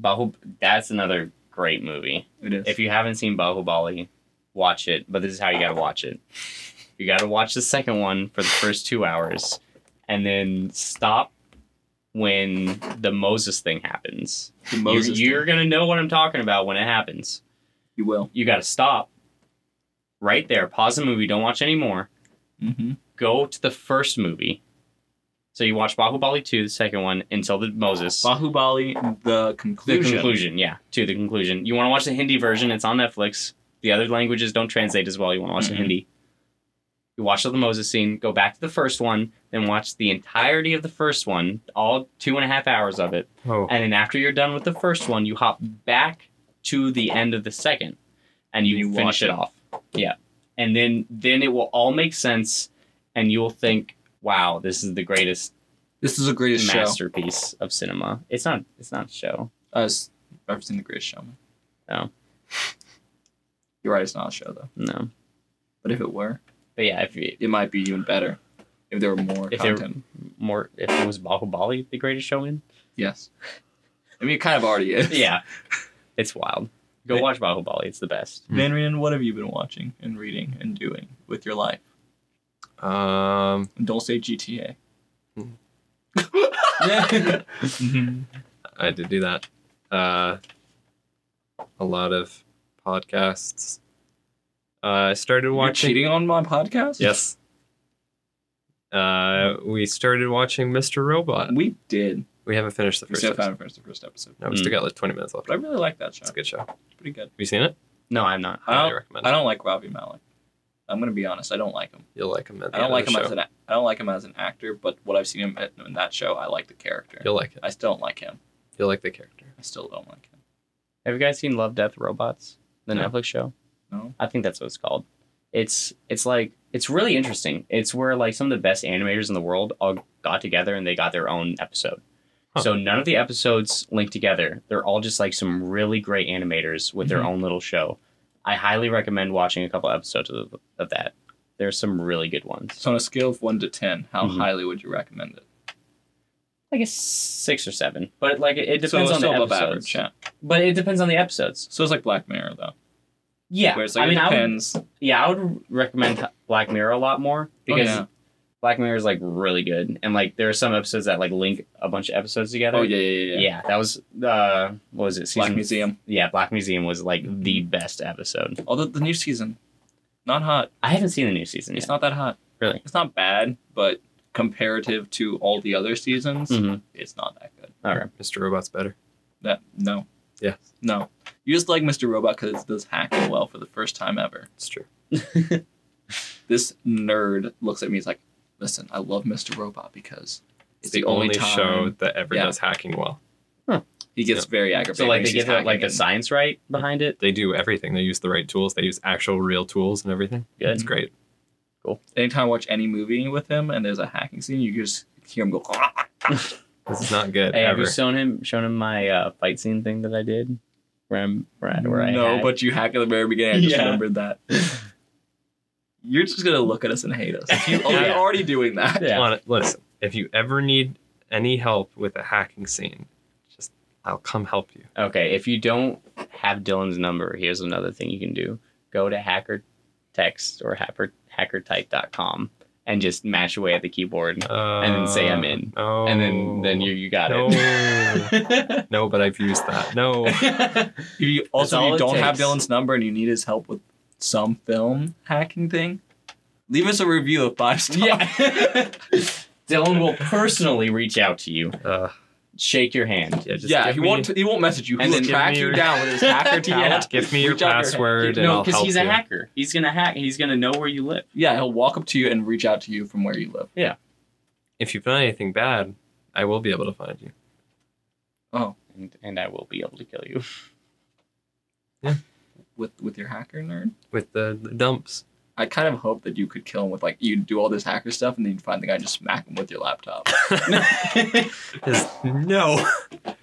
[SPEAKER 2] Bahub, that's another great movie.
[SPEAKER 1] It is.
[SPEAKER 2] If you haven't seen Bahubali, watch it. But this is how you gotta watch it. You gotta watch the second one for the first two hours, and then stop when the Moses thing happens.
[SPEAKER 1] The
[SPEAKER 2] You-
[SPEAKER 1] Moses
[SPEAKER 2] you're
[SPEAKER 1] thing.
[SPEAKER 2] gonna know what I'm talking about when it happens
[SPEAKER 1] you will.
[SPEAKER 2] you got to stop right there. Pause the movie. Don't watch any more.
[SPEAKER 1] Mm-hmm.
[SPEAKER 2] Go to the first movie. So you watch Bahubali 2, the second one, until the Moses.
[SPEAKER 1] Bahubali, the
[SPEAKER 2] the
[SPEAKER 1] conclusion.
[SPEAKER 2] conclusion, yeah, to the conclusion. You want to watch the Hindi version. It's on Netflix. The other languages don't translate as well. You want to watch the
[SPEAKER 1] Mhm.
[SPEAKER 2] Hindi. You watch the Moses scene, go back to the first one, then watch the entirety of the first one, all two and a half hours of it.
[SPEAKER 3] Oh.
[SPEAKER 2] And then after you're done with the first one, you hop back to the end of the second and you,
[SPEAKER 1] You
[SPEAKER 2] finish
[SPEAKER 1] watch
[SPEAKER 2] it
[SPEAKER 1] it.
[SPEAKER 2] off. Yeah. And then then it will all make sense and you'll think, wow, this is the greatest
[SPEAKER 1] This is the greatest show.
[SPEAKER 2] masterpiece of cinema. It's not it's not a show.
[SPEAKER 1] Uh, it's- I've seen the greatest showman.
[SPEAKER 2] Oh.
[SPEAKER 1] You're right. It's not a show though.
[SPEAKER 2] No.
[SPEAKER 1] But if it were,
[SPEAKER 2] But yeah, if you
[SPEAKER 1] it might be even better. If there were more
[SPEAKER 2] if there
[SPEAKER 1] content.
[SPEAKER 2] more if it was Bahubali the greatest showman.
[SPEAKER 1] Yes. I mean, it kind of already is.
[SPEAKER 2] yeah. It's wild. Go watch Bahubali, it's the best.
[SPEAKER 3] Hmm.
[SPEAKER 1] Van Rian, what have you been watching and reading and doing with your life?
[SPEAKER 3] Um.
[SPEAKER 1] And don't say GTA.
[SPEAKER 3] Mhm.
[SPEAKER 1] Mhm.
[SPEAKER 3] I did do that. Uh, a lot of podcasts. Uh, I started
[SPEAKER 1] You're
[SPEAKER 3] watching.
[SPEAKER 1] cheating on my podcast?
[SPEAKER 3] Yes. Uh, we started watching Mr. Robot.
[SPEAKER 1] We did.
[SPEAKER 3] We haven't finished the
[SPEAKER 1] We
[SPEAKER 3] first
[SPEAKER 1] still
[SPEAKER 3] episode.
[SPEAKER 1] haven't finished the first episode.
[SPEAKER 3] No, we still got like 20 minutes left.
[SPEAKER 1] But I really like that show.
[SPEAKER 3] It's a good show. Have
[SPEAKER 1] It's pretty good.
[SPEAKER 3] you seen it?
[SPEAKER 2] No, I'm not.
[SPEAKER 1] I
[SPEAKER 3] highly
[SPEAKER 1] don't,
[SPEAKER 3] recommend
[SPEAKER 1] I
[SPEAKER 3] it.
[SPEAKER 1] don't like Robbie Malik. I'm going to be honest. I don't like him.
[SPEAKER 3] You'll like him. At the
[SPEAKER 1] I don't
[SPEAKER 3] end
[SPEAKER 1] like
[SPEAKER 3] of
[SPEAKER 1] him
[SPEAKER 3] the
[SPEAKER 1] as
[SPEAKER 3] show.
[SPEAKER 1] an a- I don't like him as an actor, but what I've seen him at, in that show, I like the character.
[SPEAKER 3] You'll like it.
[SPEAKER 1] I still don't like him.
[SPEAKER 3] You'll like the character.
[SPEAKER 1] I still don't like him.
[SPEAKER 2] Have you guys seen Love, Death, Robots? The
[SPEAKER 3] No.
[SPEAKER 2] Netflix show?
[SPEAKER 1] No.
[SPEAKER 2] I think that's what it's called. It's it's like it's really interesting. It's where like some of the best animators in the world all got together and they got their own episode.
[SPEAKER 3] Huh.
[SPEAKER 2] So none of the episodes link together. They're all just like some really great animators with their
[SPEAKER 1] Mhm.
[SPEAKER 2] own little show. I highly recommend watching a couple episodes of, of that. There's some really good ones.
[SPEAKER 1] So on a scale of one to ten, how
[SPEAKER 3] Mm-hmm.
[SPEAKER 2] Mhm.
[SPEAKER 1] highly would you recommend it?
[SPEAKER 2] I guess six or seven, but like it, it depends
[SPEAKER 1] so
[SPEAKER 2] on the
[SPEAKER 1] still above average.
[SPEAKER 2] episodes.
[SPEAKER 1] Yeah.
[SPEAKER 2] But it depends on the episodes.
[SPEAKER 1] So it's like Black Mirror though.
[SPEAKER 2] Yeah,
[SPEAKER 1] Where it's like
[SPEAKER 2] I mean,
[SPEAKER 1] it
[SPEAKER 2] I would-
[SPEAKER 1] depends. Oh,
[SPEAKER 2] yeah, I would recommend Black Mirror a lot more because
[SPEAKER 1] yeah.
[SPEAKER 2] Black Mirror is like really good, and like there are some episodes that like link a bunch of episodes together.
[SPEAKER 1] Oh yeah, yeah, yeah. yeah.
[SPEAKER 2] that was uh, what was it? Season,
[SPEAKER 1] Black Museum.
[SPEAKER 2] Yeah, Black Museum was like the best episode.
[SPEAKER 1] Although the new season, not hot.
[SPEAKER 2] I haven't seen the new season
[SPEAKER 1] It's
[SPEAKER 2] yet.
[SPEAKER 1] not that hot.
[SPEAKER 2] Really?
[SPEAKER 1] It's not bad, but comparative to all the other seasons,
[SPEAKER 2] Mhm.
[SPEAKER 1] it's not that good.
[SPEAKER 2] All right.
[SPEAKER 3] Mr. Robot's better.
[SPEAKER 1] That no.
[SPEAKER 3] Yeah.
[SPEAKER 1] No. You just like Mr. Robot because it does hacking well for the first time ever.
[SPEAKER 3] It's true.
[SPEAKER 1] This nerd looks at me. He's like, "Listen, I love Mr. Robot because
[SPEAKER 3] It's the, only, show that ever
[SPEAKER 1] Yeah.
[SPEAKER 3] does hacking well.
[SPEAKER 1] he gets
[SPEAKER 3] Yeah.
[SPEAKER 1] very aggravated."
[SPEAKER 2] So like
[SPEAKER 1] when
[SPEAKER 2] they
[SPEAKER 1] she's
[SPEAKER 2] give it like
[SPEAKER 1] hacking
[SPEAKER 2] the
[SPEAKER 1] and-
[SPEAKER 2] science right behind it.
[SPEAKER 3] They do everything. They use the right tools. They use actual real tools and everything.
[SPEAKER 2] Good.
[SPEAKER 3] It's great.
[SPEAKER 1] Anytime I watch any movie with him and there's a hacking scene, you just hear him go.
[SPEAKER 3] This is not good
[SPEAKER 2] Hey, have
[SPEAKER 3] ever.
[SPEAKER 2] you shown him shown him my uh, fight scene thing that I did? Where I'm where I, where I
[SPEAKER 1] no,
[SPEAKER 2] had-
[SPEAKER 1] but you hack at the very beginning. I just
[SPEAKER 2] Yeah.
[SPEAKER 1] remembered that. You're just gonna look at us and hate us. If you, oh,
[SPEAKER 2] Yeah.
[SPEAKER 1] You're already doing that.
[SPEAKER 2] yeah.
[SPEAKER 3] Lon- listen, if you ever need any help with a hacking scene, just I'll come help you.
[SPEAKER 2] Okay, if you don't have Dylan's number, here's another thing you can do. Go to hacker text or hacker hackertype.com and just mash away at the keyboard and then say I'm in.
[SPEAKER 3] Uh, No.
[SPEAKER 2] and then then you you got
[SPEAKER 3] No.
[SPEAKER 2] it.
[SPEAKER 3] no, but I've used that. No.
[SPEAKER 1] If you also
[SPEAKER 2] all
[SPEAKER 1] if you
[SPEAKER 2] it
[SPEAKER 1] don't have
[SPEAKER 2] takes.
[SPEAKER 1] Dylan's number and you need his help with some film hacking thing, leave us a review of five stars.
[SPEAKER 2] yeah. Dylan will personally reach out to you,
[SPEAKER 3] Uh,
[SPEAKER 2] shake your hand.
[SPEAKER 3] yeah, just
[SPEAKER 1] yeah,
[SPEAKER 3] give
[SPEAKER 1] he
[SPEAKER 3] me,
[SPEAKER 1] won't he won't message you. He
[SPEAKER 2] And
[SPEAKER 1] will
[SPEAKER 2] then give
[SPEAKER 1] track
[SPEAKER 3] me
[SPEAKER 1] you
[SPEAKER 3] your-
[SPEAKER 1] down with his hacker talent.
[SPEAKER 3] Give me your
[SPEAKER 1] Reach out your-
[SPEAKER 3] password and
[SPEAKER 2] no,
[SPEAKER 3] I'll
[SPEAKER 2] because
[SPEAKER 3] help
[SPEAKER 2] he's
[SPEAKER 3] you.
[SPEAKER 2] a hacker. He's gonna hack. He's gonna know where you live.
[SPEAKER 1] Yeah. he'll walk up to you and reach out to you from where you live.
[SPEAKER 3] If you've done anything bad, I will be able to find you.
[SPEAKER 2] And, and I will be able to kill you.
[SPEAKER 1] With with your hacker nerd.
[SPEAKER 3] With the, the dumps.
[SPEAKER 1] I kind of hope that you could kill him with like you'd do all this hacker stuff and then you'd find the guy and just smack him with your laptop.
[SPEAKER 3] Just- no. All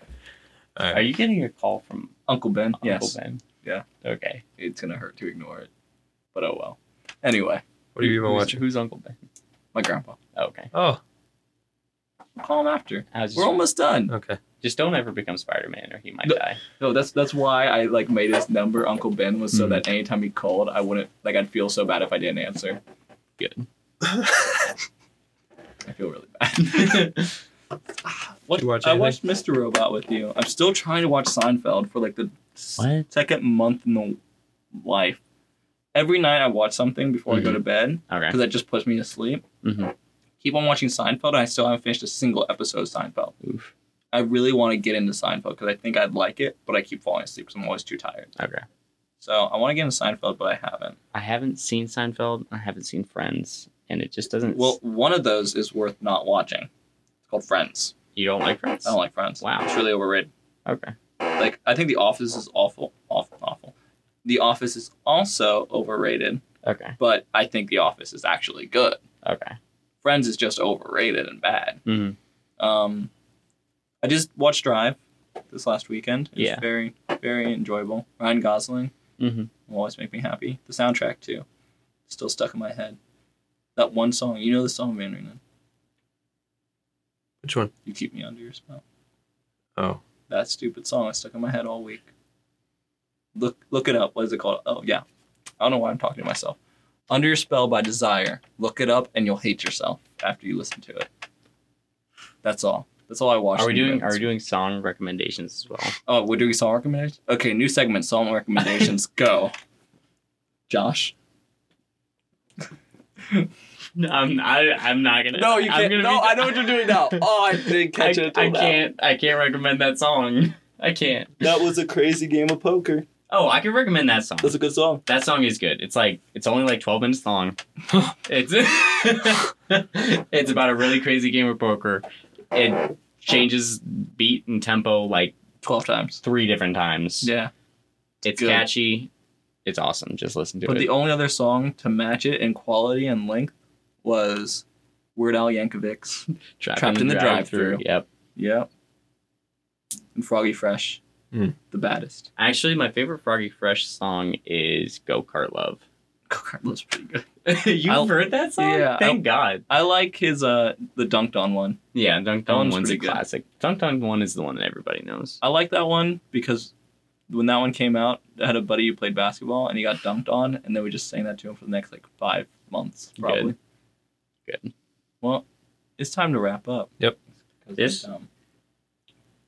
[SPEAKER 2] Are
[SPEAKER 3] right.
[SPEAKER 2] you getting a call from
[SPEAKER 1] Uncle Ben.
[SPEAKER 2] Uncle
[SPEAKER 1] yes.
[SPEAKER 2] Ben?
[SPEAKER 1] Yeah.
[SPEAKER 2] Okay.
[SPEAKER 1] It's gonna hurt to ignore it. But oh well. Anyway,
[SPEAKER 3] What have you been
[SPEAKER 2] Who's-
[SPEAKER 3] watching?
[SPEAKER 2] Who's Uncle Ben?
[SPEAKER 1] my grandpa.
[SPEAKER 2] Okay.
[SPEAKER 3] Oh,
[SPEAKER 1] I'll call him after.
[SPEAKER 2] I was just,
[SPEAKER 1] We're almost done.
[SPEAKER 3] okay.
[SPEAKER 2] just don't ever become Spider Man or he might
[SPEAKER 1] No.
[SPEAKER 2] die.
[SPEAKER 1] No, that's that's why I like made his number Uncle Ben was so that anytime he called, I wouldn't like I'd feel so bad if I didn't answer.
[SPEAKER 2] Good.
[SPEAKER 1] I feel really bad. what
[SPEAKER 3] Did you watch
[SPEAKER 1] I
[SPEAKER 3] anything?
[SPEAKER 1] watched Mr. Robot with you. I'm still trying to watch Seinfeld for like the s-
[SPEAKER 2] What?
[SPEAKER 1] second month in the life. Every night I watch something before I go
[SPEAKER 3] Mm-hmm.
[SPEAKER 1] to bed
[SPEAKER 2] Okay.
[SPEAKER 1] because that just puts me to sleep.
[SPEAKER 2] Mhm.
[SPEAKER 1] Keep on watching Seinfeld, and I still haven't finished a single episode of Seinfeld.
[SPEAKER 2] Oof.
[SPEAKER 1] I really want to get into Seinfeld because I think I'd like it, but I keep falling asleep because I'm always too tired.
[SPEAKER 2] Okay.
[SPEAKER 1] So I want to get into Seinfeld, but I haven't.
[SPEAKER 2] I haven't seen Seinfeld. I haven't seen Friends, and it just doesn't.
[SPEAKER 1] Well, one of those is worth not watching. It's called Friends.
[SPEAKER 2] you don't like Friends.
[SPEAKER 1] I don't like Friends.
[SPEAKER 2] Wow.
[SPEAKER 1] It's really overrated.
[SPEAKER 2] Okay.
[SPEAKER 1] Like, I think The Office is awful, awful, awful. The Office is also overrated,
[SPEAKER 2] Okay.
[SPEAKER 1] but I think The Office is actually good.
[SPEAKER 2] Okay.
[SPEAKER 1] Friends is just overrated and bad.
[SPEAKER 2] hmm
[SPEAKER 1] Um, I just watched Drive this last weekend. It was
[SPEAKER 2] Yeah.
[SPEAKER 1] very, very enjoyable. Ryan Gosling
[SPEAKER 2] hmm
[SPEAKER 1] will always make me happy. The soundtrack, too. Still stuck in my head. That one song. You know the song, Van Renan.
[SPEAKER 3] Which one?
[SPEAKER 1] You keep me under your spell.
[SPEAKER 3] Oh,
[SPEAKER 1] That stupid song is stuck in my head all week. Look look it up. What is it called? Oh yeah. I don't know why I'm talking to myself. Under Your Spell by Desire. Look it up and you'll hate yourself after you listen to it. That's all. That's all I watched.
[SPEAKER 2] Are we
[SPEAKER 1] in the
[SPEAKER 2] doing Are
[SPEAKER 1] minutes.
[SPEAKER 2] we doing song recommendations as well?
[SPEAKER 1] Oh, we're doing song recommendations? Okay, new segment, song recommendations. Go. Josh.
[SPEAKER 2] No, I'm I, I'm not gonna.
[SPEAKER 1] No, you can't.
[SPEAKER 2] I'm gonna
[SPEAKER 1] No,
[SPEAKER 2] be-
[SPEAKER 1] I know what you're doing now. Oh, I didn't
[SPEAKER 2] I,
[SPEAKER 1] catch it.
[SPEAKER 2] I can't. I can't recommend that song. I can't.
[SPEAKER 1] That was a crazy game of poker.
[SPEAKER 2] Oh, I can recommend that song.
[SPEAKER 1] That's a good song.
[SPEAKER 2] That song is good. It's like it's only like twelve minutes long. it's it's about a really crazy game of poker. It changes beat and tempo like
[SPEAKER 1] Twelve times.
[SPEAKER 2] three different times.
[SPEAKER 1] Yeah.
[SPEAKER 2] it's
[SPEAKER 1] good.
[SPEAKER 2] catchy. It's awesome. Just listen to
[SPEAKER 1] But
[SPEAKER 2] it.
[SPEAKER 1] the only other song to match it in quality and length was Weird Al Yankovic's Trapped in the
[SPEAKER 2] Drive-Thru.
[SPEAKER 1] Drive-Thru.
[SPEAKER 2] Yep.
[SPEAKER 1] Yep. And Froggy Fresh.
[SPEAKER 3] Hmm.
[SPEAKER 1] The baddest.
[SPEAKER 2] Actually, my favorite Froggy Fresh song is "Go Kart Love."
[SPEAKER 1] That was pretty good.
[SPEAKER 2] You've
[SPEAKER 1] I'll-
[SPEAKER 2] heard that song?
[SPEAKER 1] Yeah,
[SPEAKER 2] Thank God.
[SPEAKER 1] I like his uh the dunked on one.
[SPEAKER 2] Yeah, Dunk
[SPEAKER 1] That
[SPEAKER 2] Dunk
[SPEAKER 1] one's
[SPEAKER 2] one's a
[SPEAKER 1] pretty good. Uh,
[SPEAKER 2] classic. Dunk Dunk one is the one that everybody knows.
[SPEAKER 1] I like that one because when that one came out, I had a buddy who played basketball and he got dunked on and then we just sang that to him for the next like five months probably.
[SPEAKER 2] Good. Good.
[SPEAKER 1] Well, it's time to wrap up.
[SPEAKER 3] Yep.
[SPEAKER 1] 'Cause
[SPEAKER 2] This-
[SPEAKER 1] I'm dumb.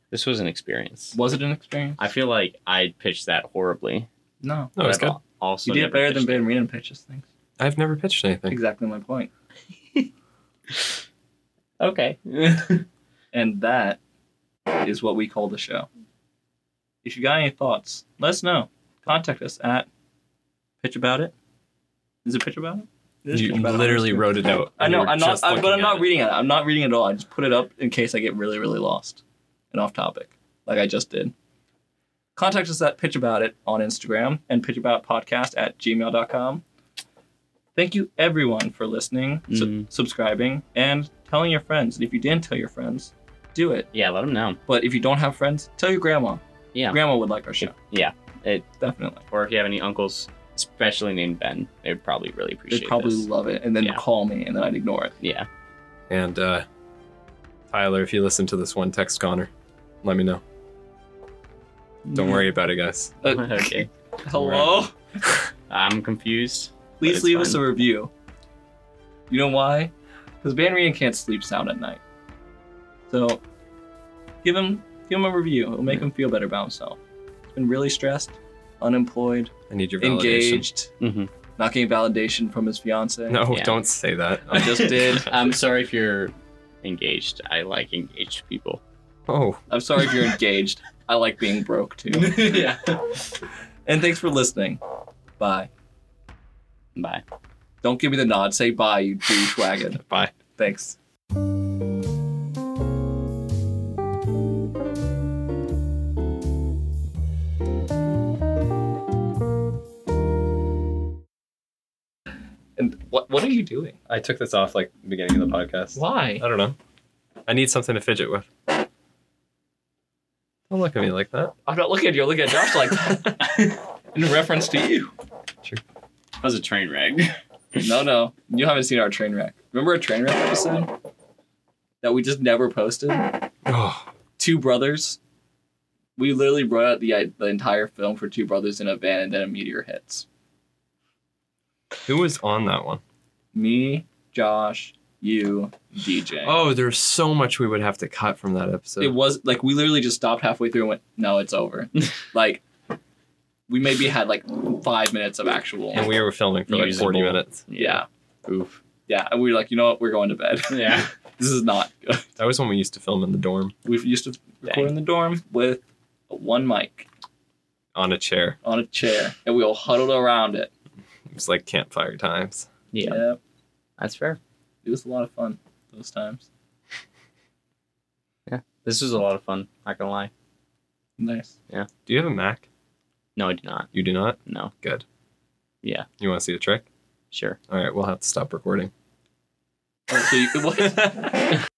[SPEAKER 2] This was an experience.
[SPEAKER 1] was it an experience?
[SPEAKER 2] I feel like I pitched that horribly.
[SPEAKER 1] no.
[SPEAKER 3] no, it's
[SPEAKER 2] but I've
[SPEAKER 3] good.
[SPEAKER 2] al- Also,
[SPEAKER 1] you did
[SPEAKER 2] never
[SPEAKER 1] better than
[SPEAKER 2] pitched
[SPEAKER 1] Ben Renan pitches things.
[SPEAKER 3] I've never pitched anything.
[SPEAKER 1] Exactly my point.
[SPEAKER 2] it. Okay.
[SPEAKER 1] And that is what we call the show. If you got any thoughts, let us know. Contact us at Pitch About It. Is it Pitch About It? It is
[SPEAKER 3] You
[SPEAKER 1] Pitch About It.
[SPEAKER 3] literally wrote it out.
[SPEAKER 1] I
[SPEAKER 3] and
[SPEAKER 1] know.
[SPEAKER 3] you were
[SPEAKER 1] I'm not.
[SPEAKER 3] just
[SPEAKER 1] I, but
[SPEAKER 3] looking
[SPEAKER 1] I'm not
[SPEAKER 3] at it.
[SPEAKER 1] reading it. I'm not reading it at all. I just put it up in case I get really, really lost and off topic, like I just did. Contact us at Pitch About It on Instagram and Pitch About Podcast at gmail.com. Thank you, everyone, for listening, su-
[SPEAKER 2] Mhm.
[SPEAKER 1] subscribing, and telling your friends. And if you didn't tell your friends, do it.
[SPEAKER 2] Yeah, let them know.
[SPEAKER 1] But if you don't have friends, tell your grandma.
[SPEAKER 2] Yeah.
[SPEAKER 1] Grandma would like our show.
[SPEAKER 2] Yeah. It,
[SPEAKER 1] Definitely.
[SPEAKER 2] or if you have any uncles, especially named Ben, they'd probably really appreciate
[SPEAKER 1] They'd probably
[SPEAKER 2] this.
[SPEAKER 1] love it and then
[SPEAKER 2] Yeah.
[SPEAKER 1] call me and then I'd ignore it.
[SPEAKER 2] Yeah.
[SPEAKER 3] And uh, Tyler, if you listen to this one, text Connor. Let me know. Don't worry about it, guys.
[SPEAKER 1] Uh,
[SPEAKER 2] okay.
[SPEAKER 1] Hello?
[SPEAKER 2] I'm confused. But
[SPEAKER 1] Please
[SPEAKER 2] it's
[SPEAKER 1] leave
[SPEAKER 2] fine.
[SPEAKER 1] us a review. You know why? Because Van Rien can't sleep sound at night. So give him give him a review. It'll make him feel better about himself. He's been really stressed, unemployed,
[SPEAKER 3] I need your validation.
[SPEAKER 1] engaged,
[SPEAKER 2] Mhm.
[SPEAKER 1] not getting validation from his fiance.
[SPEAKER 3] No,
[SPEAKER 2] Yeah.
[SPEAKER 3] don't say that.
[SPEAKER 1] I just did.
[SPEAKER 2] I'm sorry if you're engaged. I like engaged people.
[SPEAKER 3] Oh,
[SPEAKER 1] I'm sorry if you're engaged. I like being broke too.
[SPEAKER 2] yeah.
[SPEAKER 1] And thanks for listening. Bye.
[SPEAKER 2] Bye.
[SPEAKER 1] Don't give me the nod. Say bye, you douche wagon.
[SPEAKER 3] bye.
[SPEAKER 1] Thanks. And what what are you doing?
[SPEAKER 3] I took this off like the beginning of the podcast.
[SPEAKER 1] Why?
[SPEAKER 3] I don't know. I need something to fidget with. Don't look at me like that.
[SPEAKER 1] I'm not looking Oh, at you. I'm looking at Josh like that. In reference to you.
[SPEAKER 2] That was a train wreck.
[SPEAKER 1] No, no. You haven't seen our train wreck. Remember our train wreck episode that we just never posted?
[SPEAKER 3] Oh,
[SPEAKER 1] Two brothers. We literally brought out the the entire film for two brothers in a van, and then a meteor hits.
[SPEAKER 3] who was on that one?
[SPEAKER 1] me, Josh, you, DJ.
[SPEAKER 3] Oh, there's so much we would have to cut from that episode.
[SPEAKER 1] It was like we literally just stopped halfway through and went, no, it's over. like, we maybe had like five minutes of actual.
[SPEAKER 3] and we were filming for like 40
[SPEAKER 2] Usable.
[SPEAKER 3] minutes.
[SPEAKER 1] yeah.
[SPEAKER 2] Oof.
[SPEAKER 1] Yeah. And we were like, you know what? We're going to bed.
[SPEAKER 2] Yeah.
[SPEAKER 1] this is not good.
[SPEAKER 3] That was when we used to film in the dorm
[SPEAKER 1] We used to record in the dorm with one mic
[SPEAKER 3] on a chair.
[SPEAKER 1] on a chair and we all huddled around it.
[SPEAKER 3] It was like campfire times.
[SPEAKER 2] Yeah. That's fair.
[SPEAKER 1] It was a lot of fun those times.
[SPEAKER 2] This was a lot of fun. Not gonna lie.
[SPEAKER 1] Nice.
[SPEAKER 3] Do you have a Mac?
[SPEAKER 2] No, I do not.
[SPEAKER 3] You do not?
[SPEAKER 2] No.
[SPEAKER 3] Good.
[SPEAKER 2] Yeah.
[SPEAKER 3] You want to see a trick?
[SPEAKER 2] Sure.
[SPEAKER 3] All right, we'll have to stop recording.
[SPEAKER 1] Oh, so you,